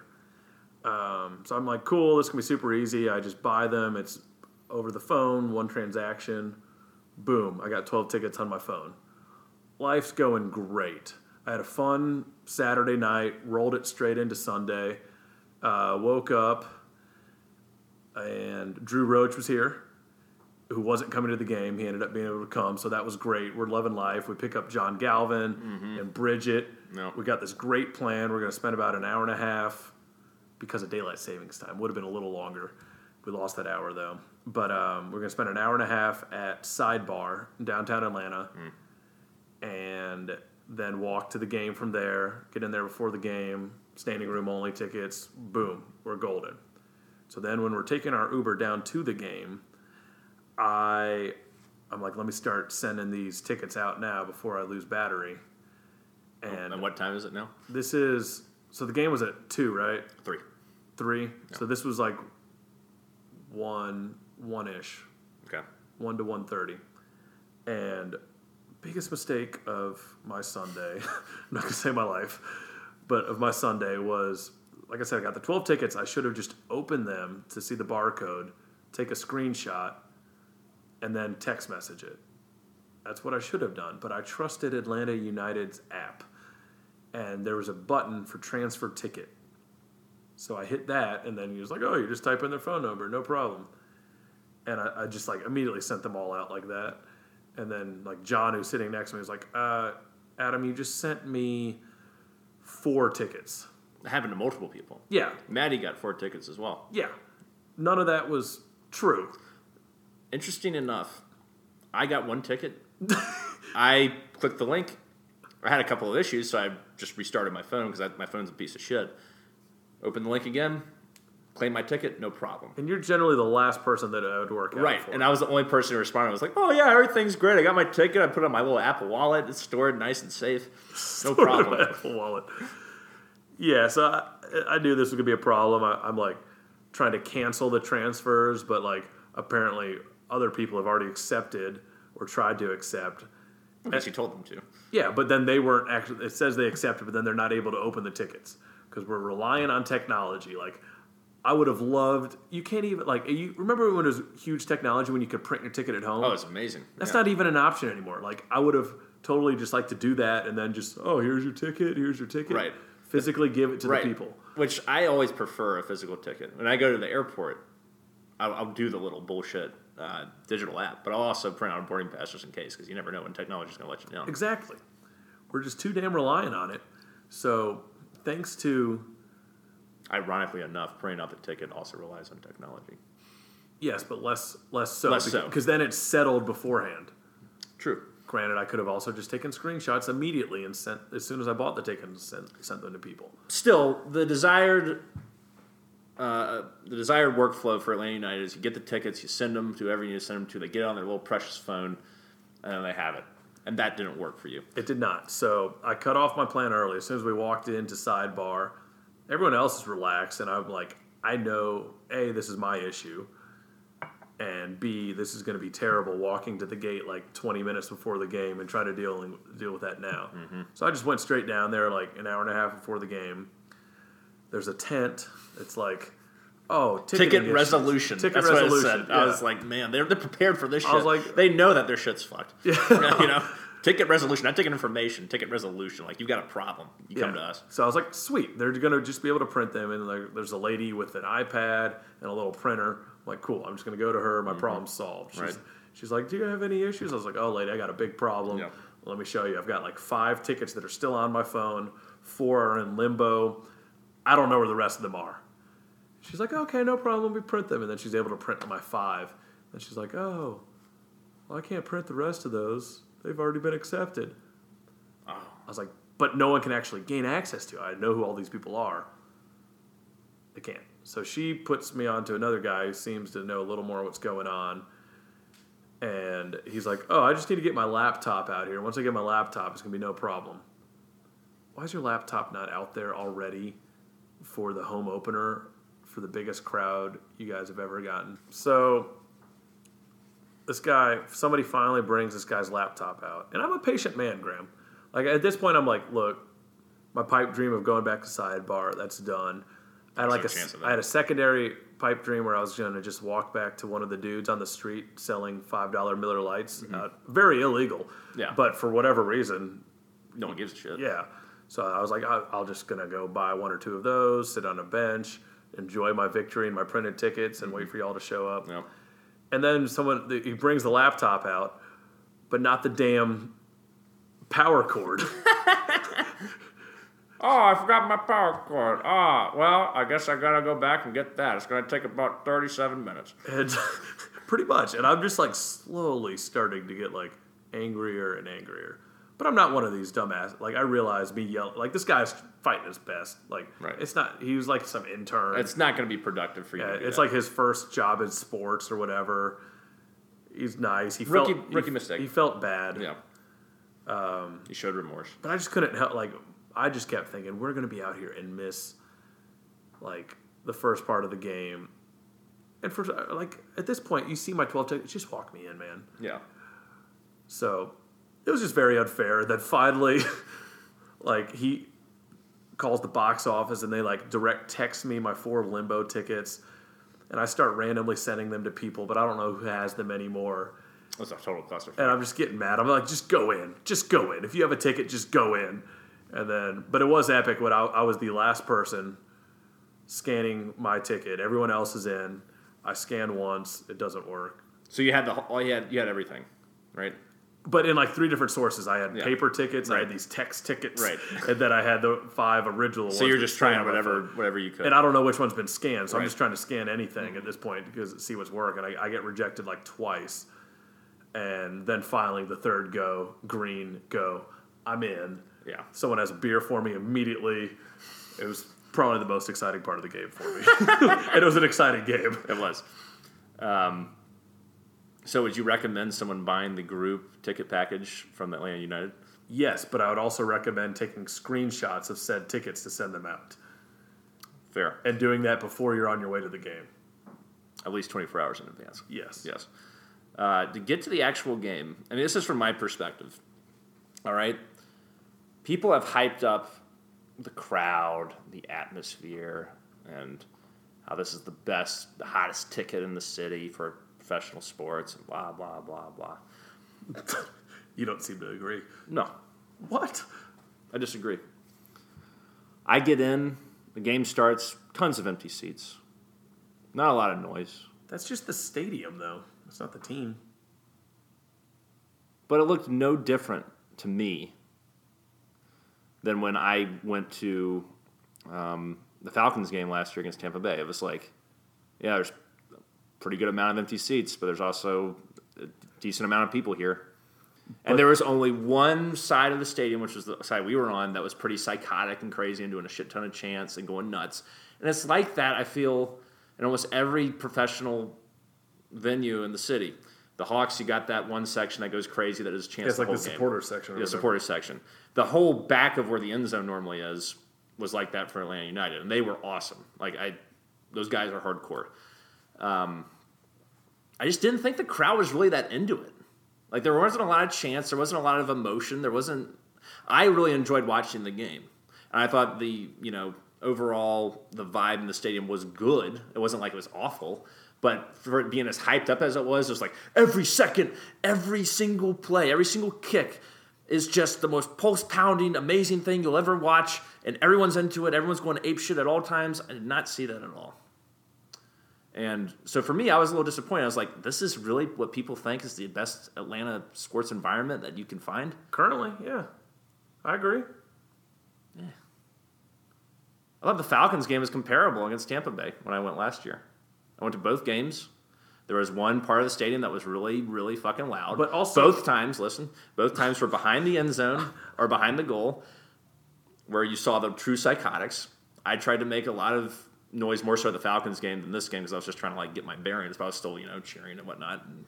Um, so I'm like, cool. This can be super easy. I just buy them. It's over the phone, one transaction. Boom! I got twelve tickets on my phone. life's going great. I had a fun Saturday night, rolled it straight into Sunday. Uh, woke up, and Drew Roach was here, who wasn't coming to the game. He ended up being able to come, so that was great. We're loving life. We pick up John Galvin and Bridget. Yeah. We got this great plan. We're going to spend about an hour and a half because of daylight savings time. Would have been a little longer. We lost that hour though. But um, we're going to spend an hour and a half at Sidebar in downtown Atlanta and then walk to the game from there, get in there before the game, standing room only tickets, boom, we're golden. So then when we're taking our Uber down to the game, I I'm like, let me start sending these tickets out now before I lose battery. And And what time is it now? this is so the game was at two, right? Three. Three. So this was like one one ish, Okay. one to one thirty. And biggest mistake of my Sunday, I'm not gonna say my life, but of my Sunday was like I said, I got the twelve tickets. I should have just opened them to see the barcode, take a screenshot, and then text message it. That's what I should have done, but I trusted Atlanta United's app. And there was a button for transfer ticket. So I hit that, and then he was like, oh, you just type in their phone number, no problem. And I, I just like immediately sent them all out like that. And then like John, who's sitting next to me, was like, uh, Adam, you just sent me four tickets. It happened to multiple people. Yeah, Maddie got four tickets as well. yeah. None of that was true. Interesting enough, I got one ticket. I clicked the link. I had a couple of issues, so I just restarted my phone because my phone's a piece of shit. Opened the link again, claimed my ticket, no problem. And you're generally the last person that I would work out Right, for. and I was the only person who responded. I was like, "Oh yeah, everything's great. I got my ticket. I put it on my little Apple Wallet. It's stored nice and safe. No Put it in problem." my Apple Wallet. Yeah, so I, I knew this was gonna be a problem. I, I'm like trying to cancel the transfers, but like apparently other people have already accepted or tried to accept. Because you told them to. Yeah, but then they weren't actually. It says they accepted, but then they're not able to open the tickets because we're relying on technology. Like, I would have loved. You can't even like. You remember when it was huge technology when you could print your ticket at home? Oh, it's amazing. That's Yeah. not even an option anymore. Like I would have totally just liked to do that and then just oh here's your ticket, here's your ticket. Right. Physically give it to right. the people. Which I always prefer a physical ticket. When I go to the airport, I'll, I'll do the little bullshit uh, digital app, but I'll also print out a boarding pass just in case, because you never know when technology's going to let you down. Exactly. We're just too damn reliant on it. So thanks to Ironically enough, printing out the ticket also relies on technology. yes, but less less so Less so. because then it's settled beforehand. True. Granted, I could have also just taken screenshots immediately and sent as soon as I bought the ticket and sent, sent them to people. Still, the desired. Uh, the desired workflow for Atlanta United is you get the tickets, you send them to whoever you need to send them to, they get it on their little precious phone, and then they have it. And that didn't work for you. It did not. So I cut off my plan early. As soon as we walked into sidebar, everyone else is relaxed, and I'm like, I know a this is my issue, and b this is going to be terrible walking to the gate like 20 minutes before the game and trying to deal deal with that now. Mm-hmm. So I just went straight down there like an hour and a half before the game. There's a tent. It's like, oh, ticketing Ticket issues. resolution. Ticket That's resolution. What it said. I yeah. was like, man, they're, they're prepared for this shit. I was like- they know that their shit's fucked. you know, ticket resolution, not ticket information, ticket resolution. Like, you got a problem. You come to Yeah. us. So I was like, sweet, they're going to just be able to print them. And there- there's a lady with an iPad and a little printer. I'm like, cool, I'm just going to go to her. My problem's solved. She's, Mm-hmm. Right. she's like, do you have any issues? I was like, oh, lady, I got a big problem. Yeah. Let me show you. I've got like five tickets that are still on my phone, four are in limbo. I don't know where the rest of them are. She's like, okay, no problem. We print them. And then she's able to print my five. And she's like, oh, well, I can't print the rest of those. They've already been accepted. I was like, but no one can actually gain access to. it. I know who all these people are. They can't. So she puts me on to another guy who seems to know a little more what's going on. And he's like, oh, I just need to get my laptop out here. Once I get my laptop, it's going to be no problem. Why is your laptop not out there already for the home opener for the biggest crowd you guys have ever gotten? So this guy, somebody finally brings this guy's laptop out. And I'm a patient man, Graham. Like at this point, I'm like, look, my pipe dream of going back to sidebar, that's done. I had There's like no a, chance s- of that. I had a secondary pipe dream where I was going to just walk back to one of the dudes on the street selling five dollar Miller Lights. Uh, very illegal. Yeah. But for whatever reason, No one gives a shit. yeah. So I was like, I, I'll just gonna go buy one or two of those, sit on a bench, enjoy my victory and my printed tickets, and wait for y'all to show up. No. And then someone he brings the laptop out, but not the damn power cord. Oh, I forgot my power cord. Ah, well, I guess I gotta go back and get that. It's gonna take about 37 minutes. and pretty much and i'm just like slowly starting to get like angrier and angrier but i'm not one of these dumbass like i realize me yelling like this guy's fighting his best like Right. it's not he was like some intern It's not gonna be productive for you. Uh, to do it's that. like his first job in sports or whatever he's nice he Rookie- felt he- rookie mistake. he felt bad yeah. Um, He showed remorse. but I just couldn't help like I just kept thinking we're gonna be out here and miss like the first part of the game. And for like at this point, you see my twelve tickets, just walk me in, man. Yeah. So it was just very unfair that finally, like he calls the box office and they like direct text me my four limbo tickets, and I start randomly sending them to people, but I don't know who has them anymore. That's a total clusterfuck. and I'm just getting mad. I'm like, just go in, just go in. If you have a ticket, just go in. And then, but it was epic when I, I was the last person scanning my ticket. Everyone else is in. I scan once, it doesn't work. So you had the whole- all you had you had everything, right? But in like three different sources, I had Yeah. paper tickets, I had Right. these text tickets, Right. and then I had the five original. So ones you're that just trying scanned my whatever phone. whatever you could. And I don't know which one's been scanned, so I'm Right. Mm-hmm. just trying to scan anything at this point because see what's working. I, I get rejected like twice, and then finally the third go, green go, I'm in. yeah. Someone has a beer for me immediately. It was probably the most exciting part of the game for me. it was an exciting game. It was. Um, so would you recommend someone buying the group ticket package from Atlanta United? Yes, but I would also recommend taking screenshots of said tickets to send them out Fair. and doing that before you're on your way to the game. At least 24 hours in advance. Yes. Yes. Uh, to get to the actual game, I mean, this is from my perspective. All right. People have hyped up the crowd, the atmosphere, and how this is the best, the hottest ticket in the city for professional sports, and blah, blah, blah, blah. You don't seem to agree. No, What? I disagree. I get in, the game starts, tons of empty seats, not a lot of noise, That's just the stadium, though. It's not the team. but it looked no different to me than when I went to um, the Falcons game last year against Tampa Bay. It was like, yeah, there's a pretty good amount of empty seats, but there's also a decent amount of people here. And there was only one side of the stadium, which was the side we were on, that was pretty psychotic and crazy and doing a shit ton of chants and going nuts. And it's like that, I feel, in almost every professional venue in the city. The Hawks, you got that one section that goes crazy that is chants it's the like whole the game. supporter section. or The whatever. supporters section. The whole back of where the end zone normally is was like that for Atlanta United, and they were awesome. Like I, those guys are hardcore. Um, I just didn't think the crowd was really that into it. Like there wasn't a lot of chance, there wasn't a lot of emotion, there wasn't. I really enjoyed watching the game, and I thought the you know overall the vibe in the stadium was good. It wasn't like it was awful. But for it being as hyped up as it was, it was like every second, every single play, every single kick, is just the most pulse pounding, amazing thing you'll ever watch, and everyone's into it. Everyone's going ape shit at all times. I did not see that at all. And so for me, I was a little disappointed. I was like, this is really what people think is the best Atlanta sports environment that you can find. Currently, yeah, I agree. I thought the Falcons game was comparable against Tampa Bay when I went last year. I went to both games. There was one part of the stadium that was really, really fucking loud. But also- both times, listen, both times were behind the end zone or behind the goal, where you saw the true psychotics. I tried to make a lot of noise more so at the Falcons game than this game because I was just trying to like get my bearings, but I was still, you know, cheering and whatnot. And,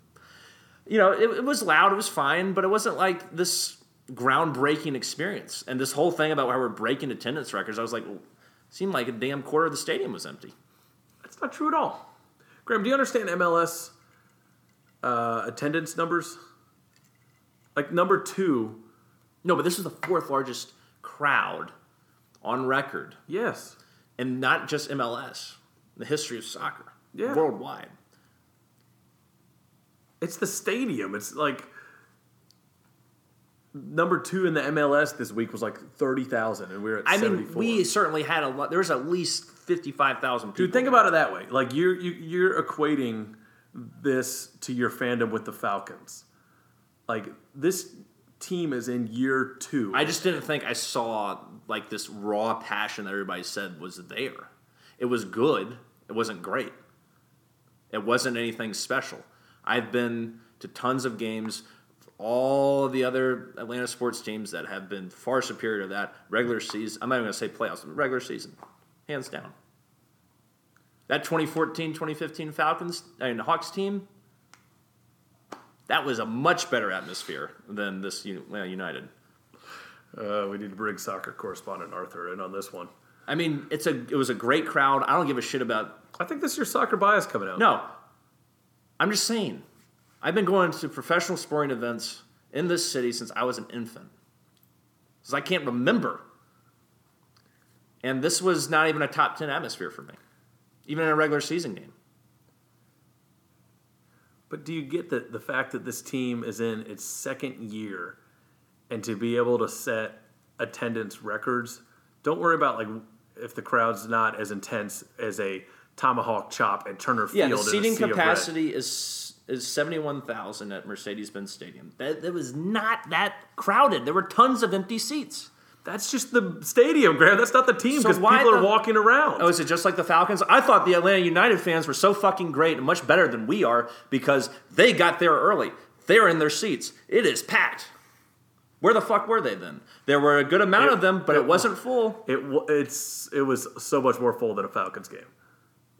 you know, it, it was loud, it was fine, but it wasn't like this groundbreaking experience. And this whole thing about how we're breaking attendance records, I was like, well, seemed like a damn quarter of the stadium was empty. That's not true at all. Graham, do you understand MLS uh, attendance numbers? Like number two, No, but this is the fourth largest crowd on record, yes. and not just MLS, the history of soccer Yeah. worldwide. It's the stadium. It's like number two in the MLS this week was like thirty thousand, and we are at I mean, 74. we certainly had a lot. There was at least fifty-five thousand people. Dude, think about it that way. Like you're you, you're equating this to your fandom with the Falcons. Like this team is in year two. I just didn't think I saw like this raw passion that everybody said was there. It was good. It wasn't great. It wasn't anything special. I've been to tons of games. All of the other Atlanta sports teams that have been far superior to that regular season. I'm not even going to say playoffs, but regular season, hands down. That 2014-2015 Falcons I mean, Hawks team That was a much better atmosphere than this U- well, United. Uh, we need to bring soccer correspondent Arthur in on this one. I mean, it's a it was a great crowd. I don't give a shit about I think this is your soccer bias coming out. no. I'm just saying, I've been going to professional sporting events in this city since I was an infant, since I can't remember. And this was not even a top ten atmosphere for me, even in a regular season game. But do you get the, the fact that this team is in its second year and to be able to set attendance records? Don't worry about like if the crowd's not as intense as a tomahawk chop at Turner Yeah, Field. the in a seating sea of red. capacity is is seventy one thousand at Mercedes Benz Stadium. That, that was not that crowded. There were tons of empty seats. That's just the stadium, Graham. That's not the team So because why people are the- walking around. Oh, is it just like the Falcons? I thought the Atlanta United fans were so fucking great and much better than we are because they got there early. They're in their seats. It is packed. Where the fuck were they then? There were a good amount of them, but it wasn't full. It wa- it's it was so much more full than a Falcons game.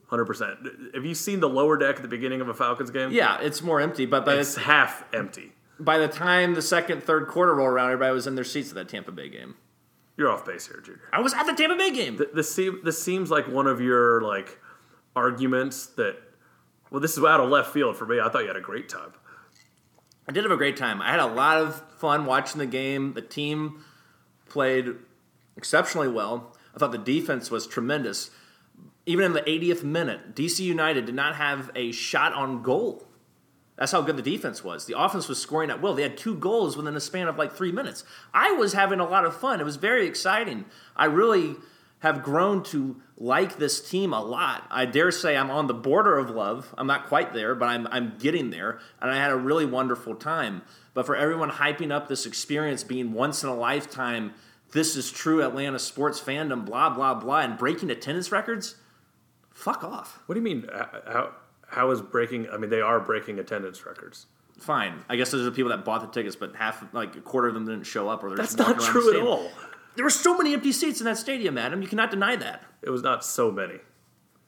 Hundred percent. Have you seen the lower deck at the beginning of a Falcons game? Yeah, it's more empty, but by it's the, half empty. by the time the second, third quarter roll around, everybody was in their seats at that Tampa Bay game. You're off base here, Junior. I was at the Tampa Bay game. Th- This seem, this seems like one of your like arguments that. Well, this is out of left field for me. I thought you had a great time. I did have a great time. I had a lot of fun watching the game. The team played exceptionally well. I thought the defense was tremendous. Even in the 80th minute, DC United did not have a shot on goal. That's how good the defense was. The offense was scoring at will. They had two goals within a span of like three minutes. I was having a lot of fun. It was very exciting. I really have grown to like this team a lot. I dare say I'm on the border of love. I'm not quite there, but I'm, I'm getting there. And I had a really wonderful time. But for everyone hyping up this experience being once in a lifetime, this is true Atlanta sports fandom, blah, blah, blah, and breaking attendance records, fuck off. What do you mean? h- How how is breaking? I mean, they are breaking attendance records. fine. I guess those are the people that bought the tickets, but half, like a quarter of them didn't show up, or they're That's just walking not around true the at stadium. all. There were so many empty seats in that stadium, Adam. You cannot deny that. It was not so many.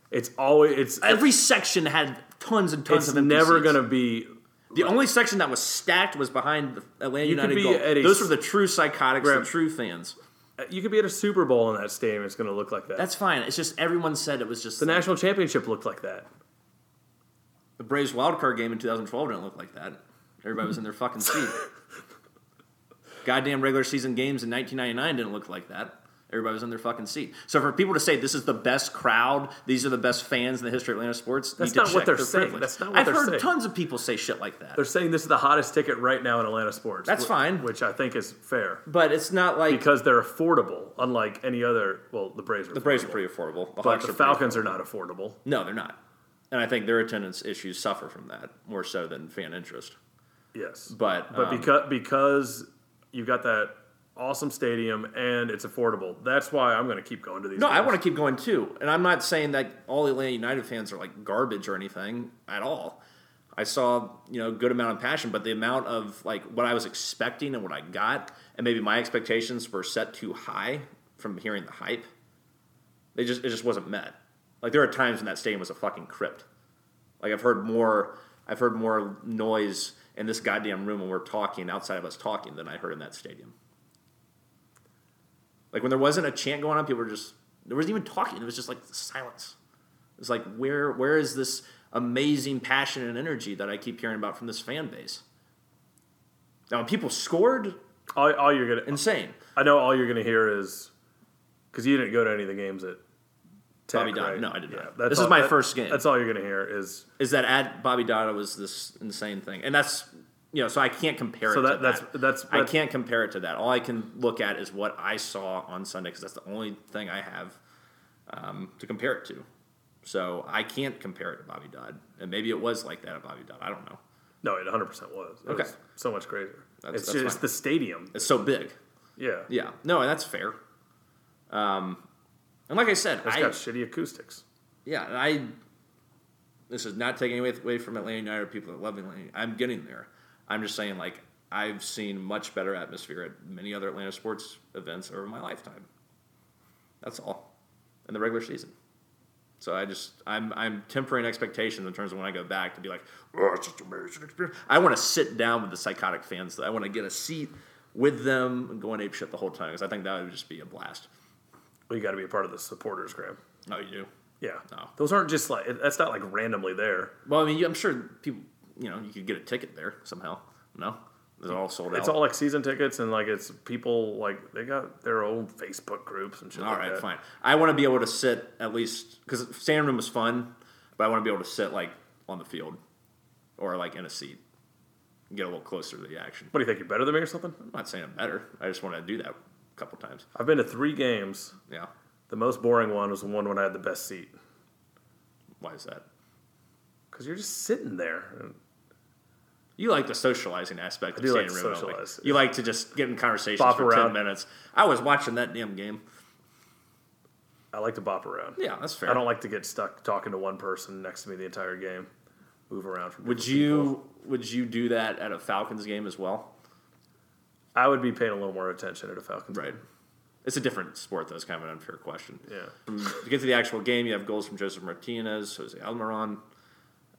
It's always it's Every section had tons and tons it's of empty never seats. going to be The only section that was stacked was behind the Atlanta You could United be goal. at a Those s- were the true psychotics, Graham. the true fans. You could be at a Super Bowl in that stadium. It's going to look like that. That's fine. It's just everyone said it was just the national championship looked like that. the Braves wild card game in 2012 didn't look like that. Everybody was in their fucking seat. Goddamn regular season games in 1999 didn't look like that. Everybody was in their fucking seat. So for people to say this is the best crowd, these are the best fans in the history of Atlanta sports, That's need to not what check they're their saying. privilege. That's not what I've they're heard saying. tons of people say shit like that, They're saying this is the hottest ticket right now in Atlanta sports. That's wh- fine. which I think is fair but it's not like because they're affordable, unlike any other. Well, the Braves are the Braves are pretty affordable. The but Hawks the are pretty Falcons are not affordable. No, they're not. And I think their attendance issues suffer from that more so than fan interest. Yes, But but um, because because you've got that awesome stadium and it's affordable, that's why I'm going to keep going to these. No, I want to keep going too. And I'm not saying that all Atlanta United fans are like garbage or anything at all. I saw, you know, a good amount of passion, but the amount of like what I was expecting and what I got, and maybe my expectations were set too high from hearing the hype. They just it just wasn't met. Like there are times when that stadium was a fucking crypt. Like I've heard more I've heard more noise in this goddamn room when we're talking outside of us talking than I heard in that stadium. Like when there wasn't a chant going on, people were just there wasn't even talking. It was just like silence. It was like where where is this amazing passion and energy that I keep hearing about from this fan base? Now when people scored, to. All, all you're going to. insane. I know all you're going to hear is because you didn't go to any of the games at. Tech, Bobby Dodd. right? No, I did not. that's This is all- my that- first game. That's all you're going to hear is Is that at Bobby Dada was this insane thing, and that's you know so I can't compare. So it that- to that's- that. that's- I that's- can't compare it to that. All I can look at is what I saw on Sunday because that's the only thing I have um, to compare it to. So I can't compare it to Bobby Dodd, and maybe it was like that at Bobby Dodd. I don't know. No, it 100 percent was. It Okay. was so much crazier. That's- it's that's just it's fine. the stadium. It's so big. Yeah, Yeah. No, and that's fair. Um, and like I said, it's I got shitty acoustics. yeah, and I. This is not taking away away from Atlanta United or people that love Atlanta. United. I'm getting there. I'm just saying, like I've seen much better atmosphere at many other Atlanta sports events over my lifetime. That's all, in the regular season. So I just I'm I'm tempering expectations in terms of when I go back to be like, oh, it's such an amazing experience. I want to sit down with the psychotic fans. I want to get a seat with them and go on ape shit the whole time because I think that would just be a blast. Well, you got to be a part of the supporters, Graham. Oh, you do? Yeah. No. Those aren't just like, that's not like randomly there. Well, I mean, you- I'm sure people, you know, you could get a ticket there somehow. No, it's all sold out. It's all like season tickets and like it's people like they got their own Facebook groups and shit. All like right, that. fine. I want to be able to sit at least because standing room is fun, but I want to be able to sit like on the field or like in a seat, get a little closer to the action. What do you think? You're better than me or something? I'm not saying I'm better. I just want to do that a couple times. I've been to three games. Yeah. The most boring one was the one when I had the best seat Why is that? because you're just sitting there. You like the socializing aspect of do like standing to room. don't you? socialize, You like to just get in conversations Bop for around. ten minutes. I was watching that damn game. I like to bop around. Yeah, that's fair. I don't like to get stuck talking to one person next to me the entire game. Move around from. Would different people. you would you do that at a Falcons game as well? I would be paying a little more attention at a Falcons. Right. It's a different sport, though. It's kind of an unfair question. game. Yeah. to get to the actual game, you have goals from Joseph Martinez, Jose Almiron,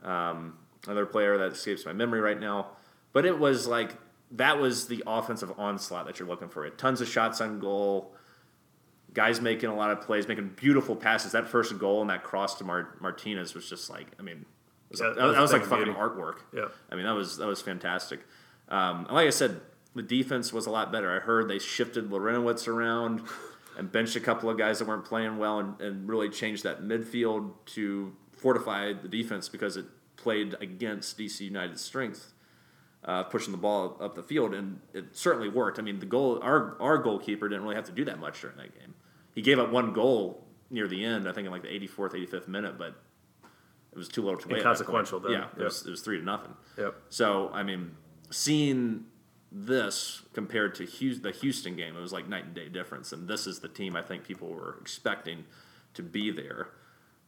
um, another player that escapes my memory right now. But it was like that was the offensive onslaught that you're looking for. Tons of shots on goal, guys making a lot of plays, making beautiful passes. That first goal and that cross to Mar- Martinez was just like, I mean, it was, Yeah, that, was, that was a like thing fucking of beauty. artwork. Yeah. I mean, that was that was fantastic. Um, and like I said, the defense was a lot better. I heard they shifted Lorenowitz around and benched a couple of guys that weren't playing well and, and really changed that midfield to fortify the defense because it played against DC United's strength, uh, pushing the ball up the field, and it certainly worked. I mean, the goal our our goalkeeper didn't really have to do that much during that game. He gave up one goal near the end, I think in like the 84th, 85th minute, but it was too little to wait. at that point. Inconsequential then. Yeah, it Yep. was, it was three to nothing. Yep. So I mean, seeing this compared to Hous- the Houston game, it was like night and day difference. And this is the team I think people were expecting to be there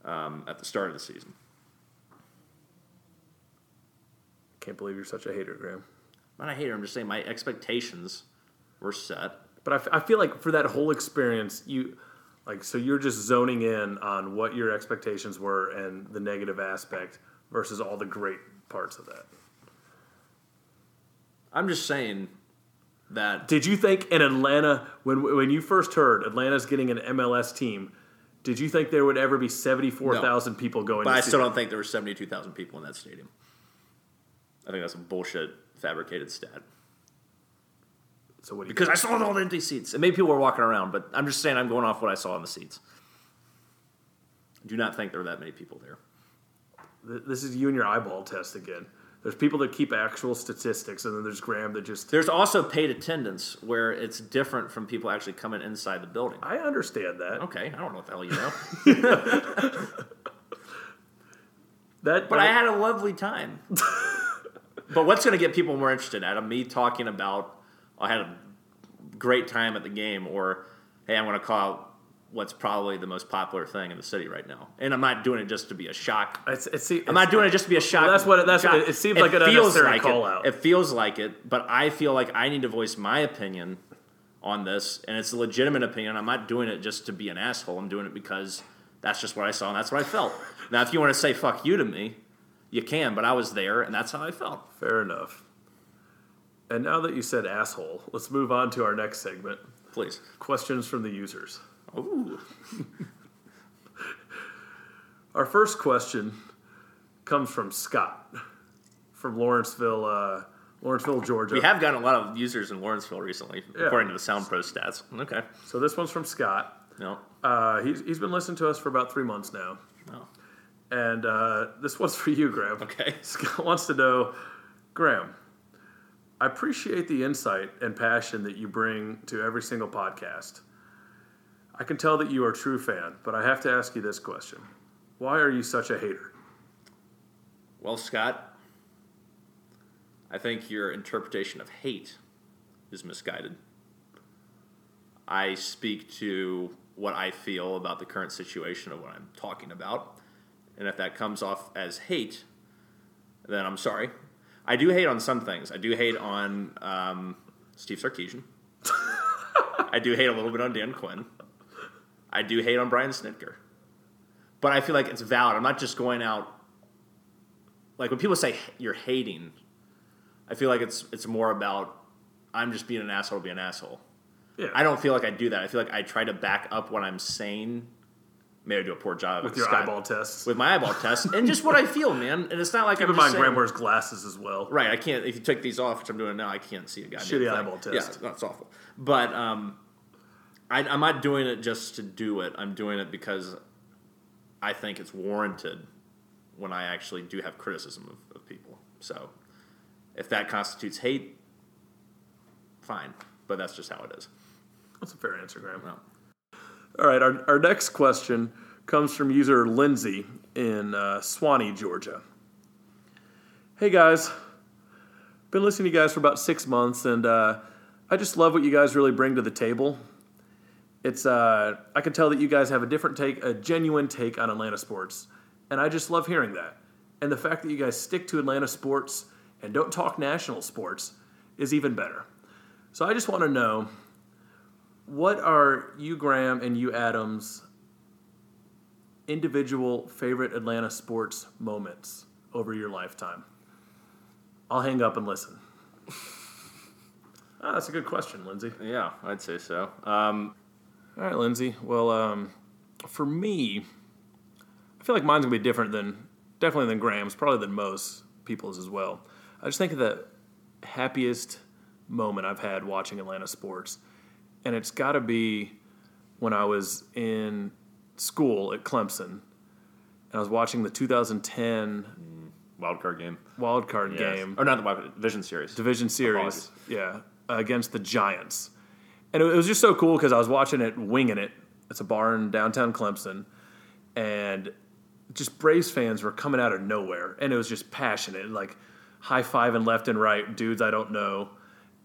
um, at the start of the season. Can't believe you're such a hater, Graham. Not a hater. I'm just saying my expectations were set. But I, f- I feel like for that whole experience, you like so you're just zoning in on what your expectations were and the negative aspect versus all the great parts of that. I'm just saying that Did you think in Atlanta when when you first heard Atlanta's getting an MLS team, did you think there would ever be seventy four thousand people going? But to I see- still don't think there were 72,000 people in that stadium. I think that's a bullshit fabricated stat. So what do you? Because I saw all the empty seats. And maybe people were walking around, but I'm just saying I'm going off what I saw in the seats. Do not think there were that many people there. Th- This is you and your eyeball test again. There's people that keep actual statistics, and then there's Graham that just. There's also paid attendance where it's different from people actually coming inside the building. I understand that. Okay, I don't know what the hell you know. That, But I had a lovely time. but what's going to get people more interested, Adam? Me talking about I had a great time at the game, or hey, I'm going to call out what's probably the most popular thing in the city right now. And I'm not doing it just to be a shock. It's, it's, see, I'm not doing it just to be a shock. that's what- that's what- shock. it seems like an unnecessary like call it. out. It feels like it, but I feel like I need to voice my opinion on this, and it's a legitimate opinion. I'm not doing it just to be an asshole. I'm doing it because that's just what I saw and that's what I felt. now, if you want to say "fuck you" to me, you can, but I was there and that's how I felt. Fair enough. And now that you said asshole, let's move on to our next segment Please. questions from the users. Ooh. Our first question comes from Scott from Lawrenceville, uh, Lawrenceville, Georgia. We have gotten a lot of users in Lawrenceville recently, Yeah. according to the Sound Pro stats. Okay. so this one's from Scott. No. Uh, he's, he's been listening to us for about three months now. No. And uh, this one's for you, Graham. Okay. Scott wants to know Graham, I appreciate the insight and passion that you bring to every single podcast. I can tell that you are a true fan, but I have to ask you this question Why are you such a hater? Well, Scott, I think your interpretation of hate is misguided. I speak to what I feel about the current situation of what I'm talking about. And if that comes off as hate, then I'm sorry. I do hate on some things. I do hate on um, Steve Sarkeesian. I do hate a little bit on Dan Quinn. I do hate on Brian Snitker. but I feel like it's valid. I'm not just going out. Like when people say you're hating, I feel like it's it's more about I'm just being an asshole to be an asshole. Yeah. I don't feel like I do that. I feel like I try to back up what I'm saying. Maybe I do a poor job with your Scott- eyeball tests. with my eyeball test and just what I feel, man. And it's not like Keep I'm in just mind, saying- Graham wears glasses as well. Right, I can't. If you take these off, which I'm doing now, I can't see a goddamn Shitty thing. eyeball test. Yeah, that's awful. But um, I, I'm not doing it just to do it. I'm doing it because I think it's warranted when I actually do have criticism of, of people. So if that constitutes hate, fine. But that's just how it is. That's a fair answer, Graham. Well, All right, our, our next question comes from user Lindsay in uh, Swanee, Georgia. Hey guys, been listening to you guys for about six months, and uh, I just love what you guys really bring to the table. It's uh, I can tell that you guys have a different take, a genuine take on Atlanta sports, and I just love hearing that. And the fact that you guys stick to Atlanta sports and don't talk national sports is even better. So I just want to know what are you, Graham, and you, Adams, individual favorite Atlanta sports moments over your lifetime? I'll hang up and listen. Ah, that's a good question, Lindsay. yeah, I'd say so. Um, All right, Lindsay. Well, um, for me, I feel like mine's gonna be different than definitely than Graham's, probably than most people's as well. I just think of the happiest moment I've had watching Atlanta sports, and it's got to be when I was in school at Clemson, and I was watching the 2010 wild card game. wild card Yes. game or not the wild card, division series. division series. Apologies. Yeah, against the Giants, and it, it was just so cool because I was watching it, winging it. It's a bar in downtown Clemson, and just Braves fans were coming out of nowhere, and it was just passionate, like high five and left and right, dudes I don't know,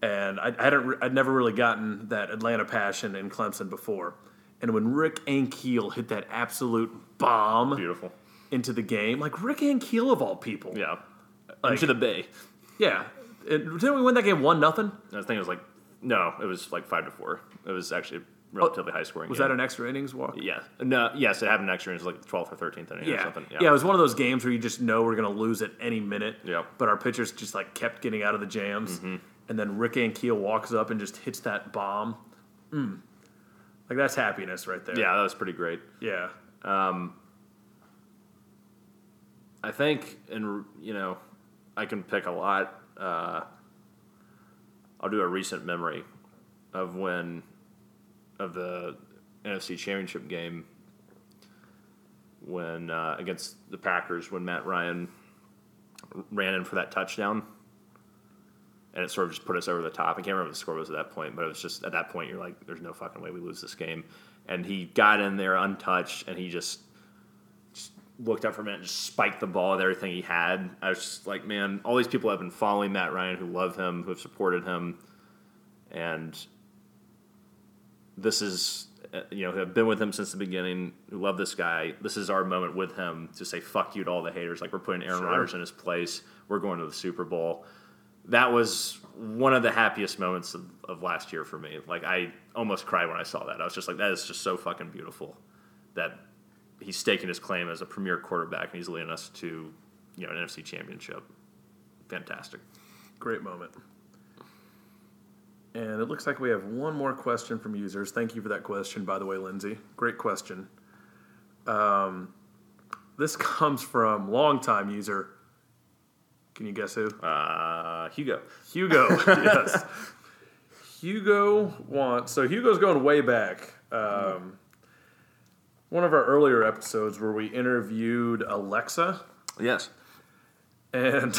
and I, I hadn't, re- I'd never really gotten that Atlanta passion in Clemson before, and when Rick Ankiel hit that absolute bomb Beautiful. into the game, like Rick Ankiel of all people, Yeah. Like- Into the bay. yeah. It- didn't we win that game one nothing? I think it was like no, it was like five to four. It was actually a relatively high scoring. Oh, Was game. that an extra innings walk? yeah? No, yes, it happened next year. It was like the twelfth or thirteenth inning or something. yeah. It was one of those games where you just know we're going to lose at any minute. Yep. Mm-hmm. But our pitchers just like kept getting out of the jams, and then Rick Ankiel walks up and just hits that bomb. Mm. Like that's happiness right there. Yeah, that was pretty great. Yeah. I think, and you know, I can pick a lot. Uh, I'll do a recent memory of when of the NFC Championship game when uh, against the Packers when Matt Ryan ran in for that touchdown. And it sort of just put us over the top. I can't remember what the score was at that point, but it was just at that point you're like, "There's no fucking way we lose this game." And he got in there untouched, and he just looked up for a minute and just spiked the ball with everything he had. I was just like, man, all these people have been following Matt Ryan who love him, who have supported him, and this is, uh, you know, who have been with him since the beginning, who love this guy. This is our moment with him to say fuck you to all the haters. Like, we're putting Aaron Sure. Rodgers in his place, we're going to the Super Bowl. That was one of the happiest moments of, of last year for me. Like, I almost cried when I saw that. I was just like, that is just so fucking beautiful that he's staking his claim as a premier quarterback and he's leading us to you know an NFC championship. Fantastic. Great moment. And it looks like we have one more question from users. Thank you for that question, by the way, Lindsay. Great question. Um, this comes from longtime user. Can you guess who? Uh, Hugo. Hugo. yes. Hugo wants. So Hugo's going way back. Um, one of our earlier episodes where we interviewed Alexa, Yes. and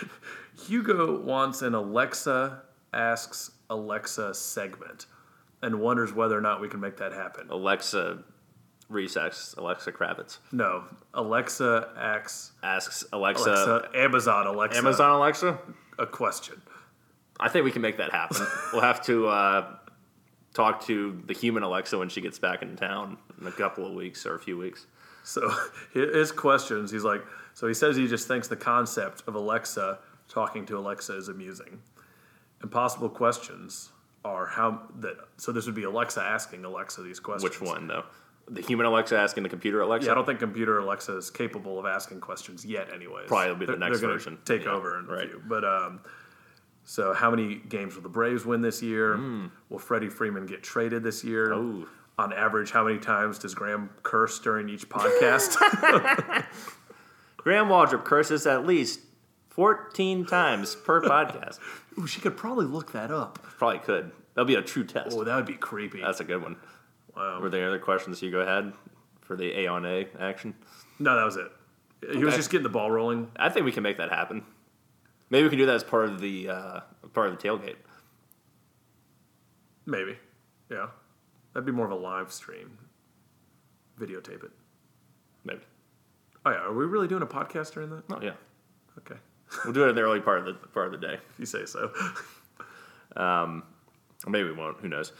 Hugo wants an Alexa asks Alexa segment, and wonders whether or not we can make that happen. Alexa resacks Alexa Kravitz. No, Alexa asks Asks Alexa, Alexa, Amazon Alexa Amazon Alexa. a question. I think we can make that happen. we'll have to uh, talk to the human Alexa when she gets back in town in a couple of weeks or a few weeks. So his questions, he's like, so he says he just thinks the concept of Alexa talking to Alexa is amusing. And possible questions are how that. So this would be Alexa asking Alexa these questions. Which one though? the human Alexa asking the computer Alexa. Yeah, I don't think computer Alexa is capable of asking questions yet. Anyways, Probably will be the They're- next they're gonna version. Take Yeah, over and right. right. But um, so how many games will the Braves win this year? Hmm. Will Freddie Freeman get traded this year? Ooh. On average, how many times does Graham curse during each podcast? Graham Waldrop curses at least 14 times per podcast. Ooh, she could probably look that up. Probably could. That'll be a true test. Oh, that would be creepy. That's a good one. Wow. Were there any other questions? You go ahead for the A on A action. no, that was it. He was Okay. just getting the ball rolling. I think we can make that happen. Maybe we can do that as part of the uh, part of the tailgate. Maybe. Yeah. That'd be more of a live stream. Videotape it. Maybe. Oh yeah, are we really doing a podcast during that? Oh yeah, Okay. we'll do it in the early part of the part of the day. If you say so. Or maybe we won't. Who knows?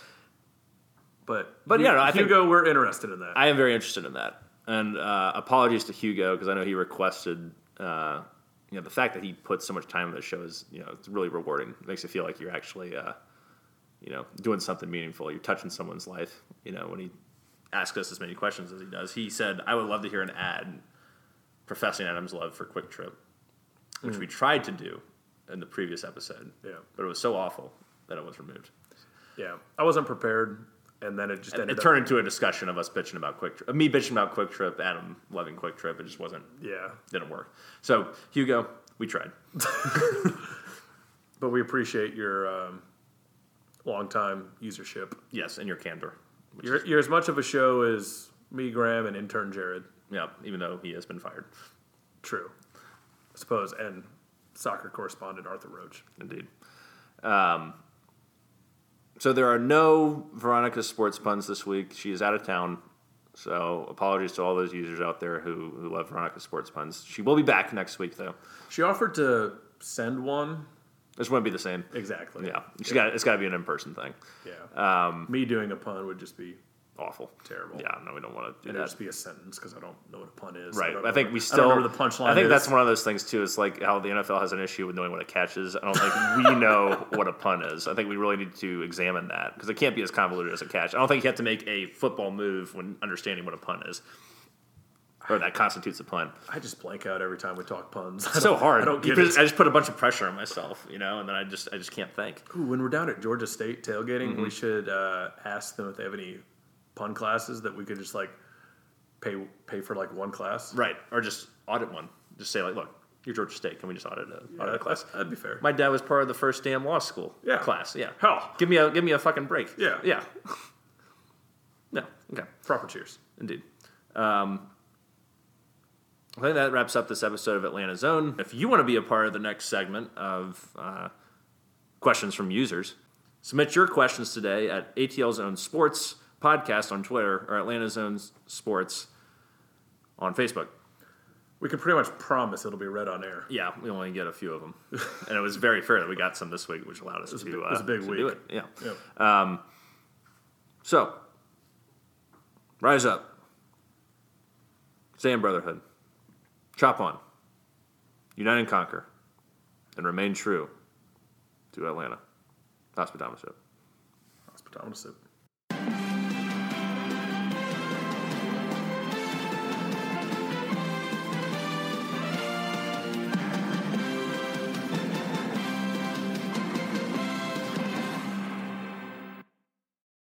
But But, Hu- yeah, no, I think- Hugo, we're interested in that. I am very interested in that. And uh, apologies to Hugo because I know he requested. Uh, you know, the fact that he puts so much time into the show is you know it's really rewarding. It makes you feel like you're actually uh, you know doing something meaningful. You're touching someone's life. You know when he asks us as many questions as he does, he said, "I would love to hear an ad professing Adam's love for Quick Trip," which we tried to do in the previous episode, yeah. but it was so awful that it was removed. Yeah. I wasn't prepared and then it just ended it up turned into a discussion of us bitching about Quick Trip, me bitching about Quick Trip, Adam loving Quick Trip. It just wasn't Yeah. didn't work. So Hugo, we tried. But we appreciate your um, long time usership. Yes, and your candor. Which You're, you're as much of a show as me, Graham, and intern Jared. yeah, even though he has been fired, True. I suppose. And soccer correspondent Arthur Roach. indeed. Um, so there are no Veronica sports puns this week. She is out of town. So apologies to all those users out there who, who love Veronica sports puns. She will be back next week though. She offered to send one. This won't be the same. Exactly. Yeah, Um, she got it's got to be an in person thing. Yeah. me doing a pun would just be Awful. terrible. Yeah, no, we don't want to do It'd that. just be a sentence because I don't know what a pun is. Right. don't I know- think we I still. don't remember the punchline. I think is. that's one of those things too. It's like how the NFL has an issue with knowing what a catch is. I don't think we know what a pun is. I think we really need to examine that because it can't be as convoluted as a catch. I don't think you have to make a football move when understanding what a pun is, or that constitutes a pun. I just blank out every time we talk puns. It's so hard. I don't You get just- it. I just put a bunch of pressure on myself, you know, and then I just I just can't think. Ooh, when we're down at Georgia State tailgating, Mm-hmm. we should uh, ask them if they have any pun classes that we could just like pay pay for like one class. Right. Or just audit one. Just say like, look, you're Georgia State. Can we just audit a, audit a class? That'd be fair. My dad was part of the first damn law school Yeah. class. Yeah. Hell. Give me a give me a fucking break. Yeah. Yeah. no. Okay. Proper cheers. Indeed. Um, I think that wraps up this episode of Atlanta Zone. If you want to be a part of the next segment of uh, questions from users, submit your questions today at ATL Zone Sports Podcast on Twitter or Atlanta Zone Sports on Facebook. We can pretty much promise it'll be read on air. Yeah, we only get a few of them, and it was very fair that we got some this week, which allowed us to, bi- uh, it was a big to week. do it. Yeah. Yep. So, rise up, stand, brotherhood, chop on, unite and conquer, and remain true to Atlanta. Hospitalis. Hospitometer soup.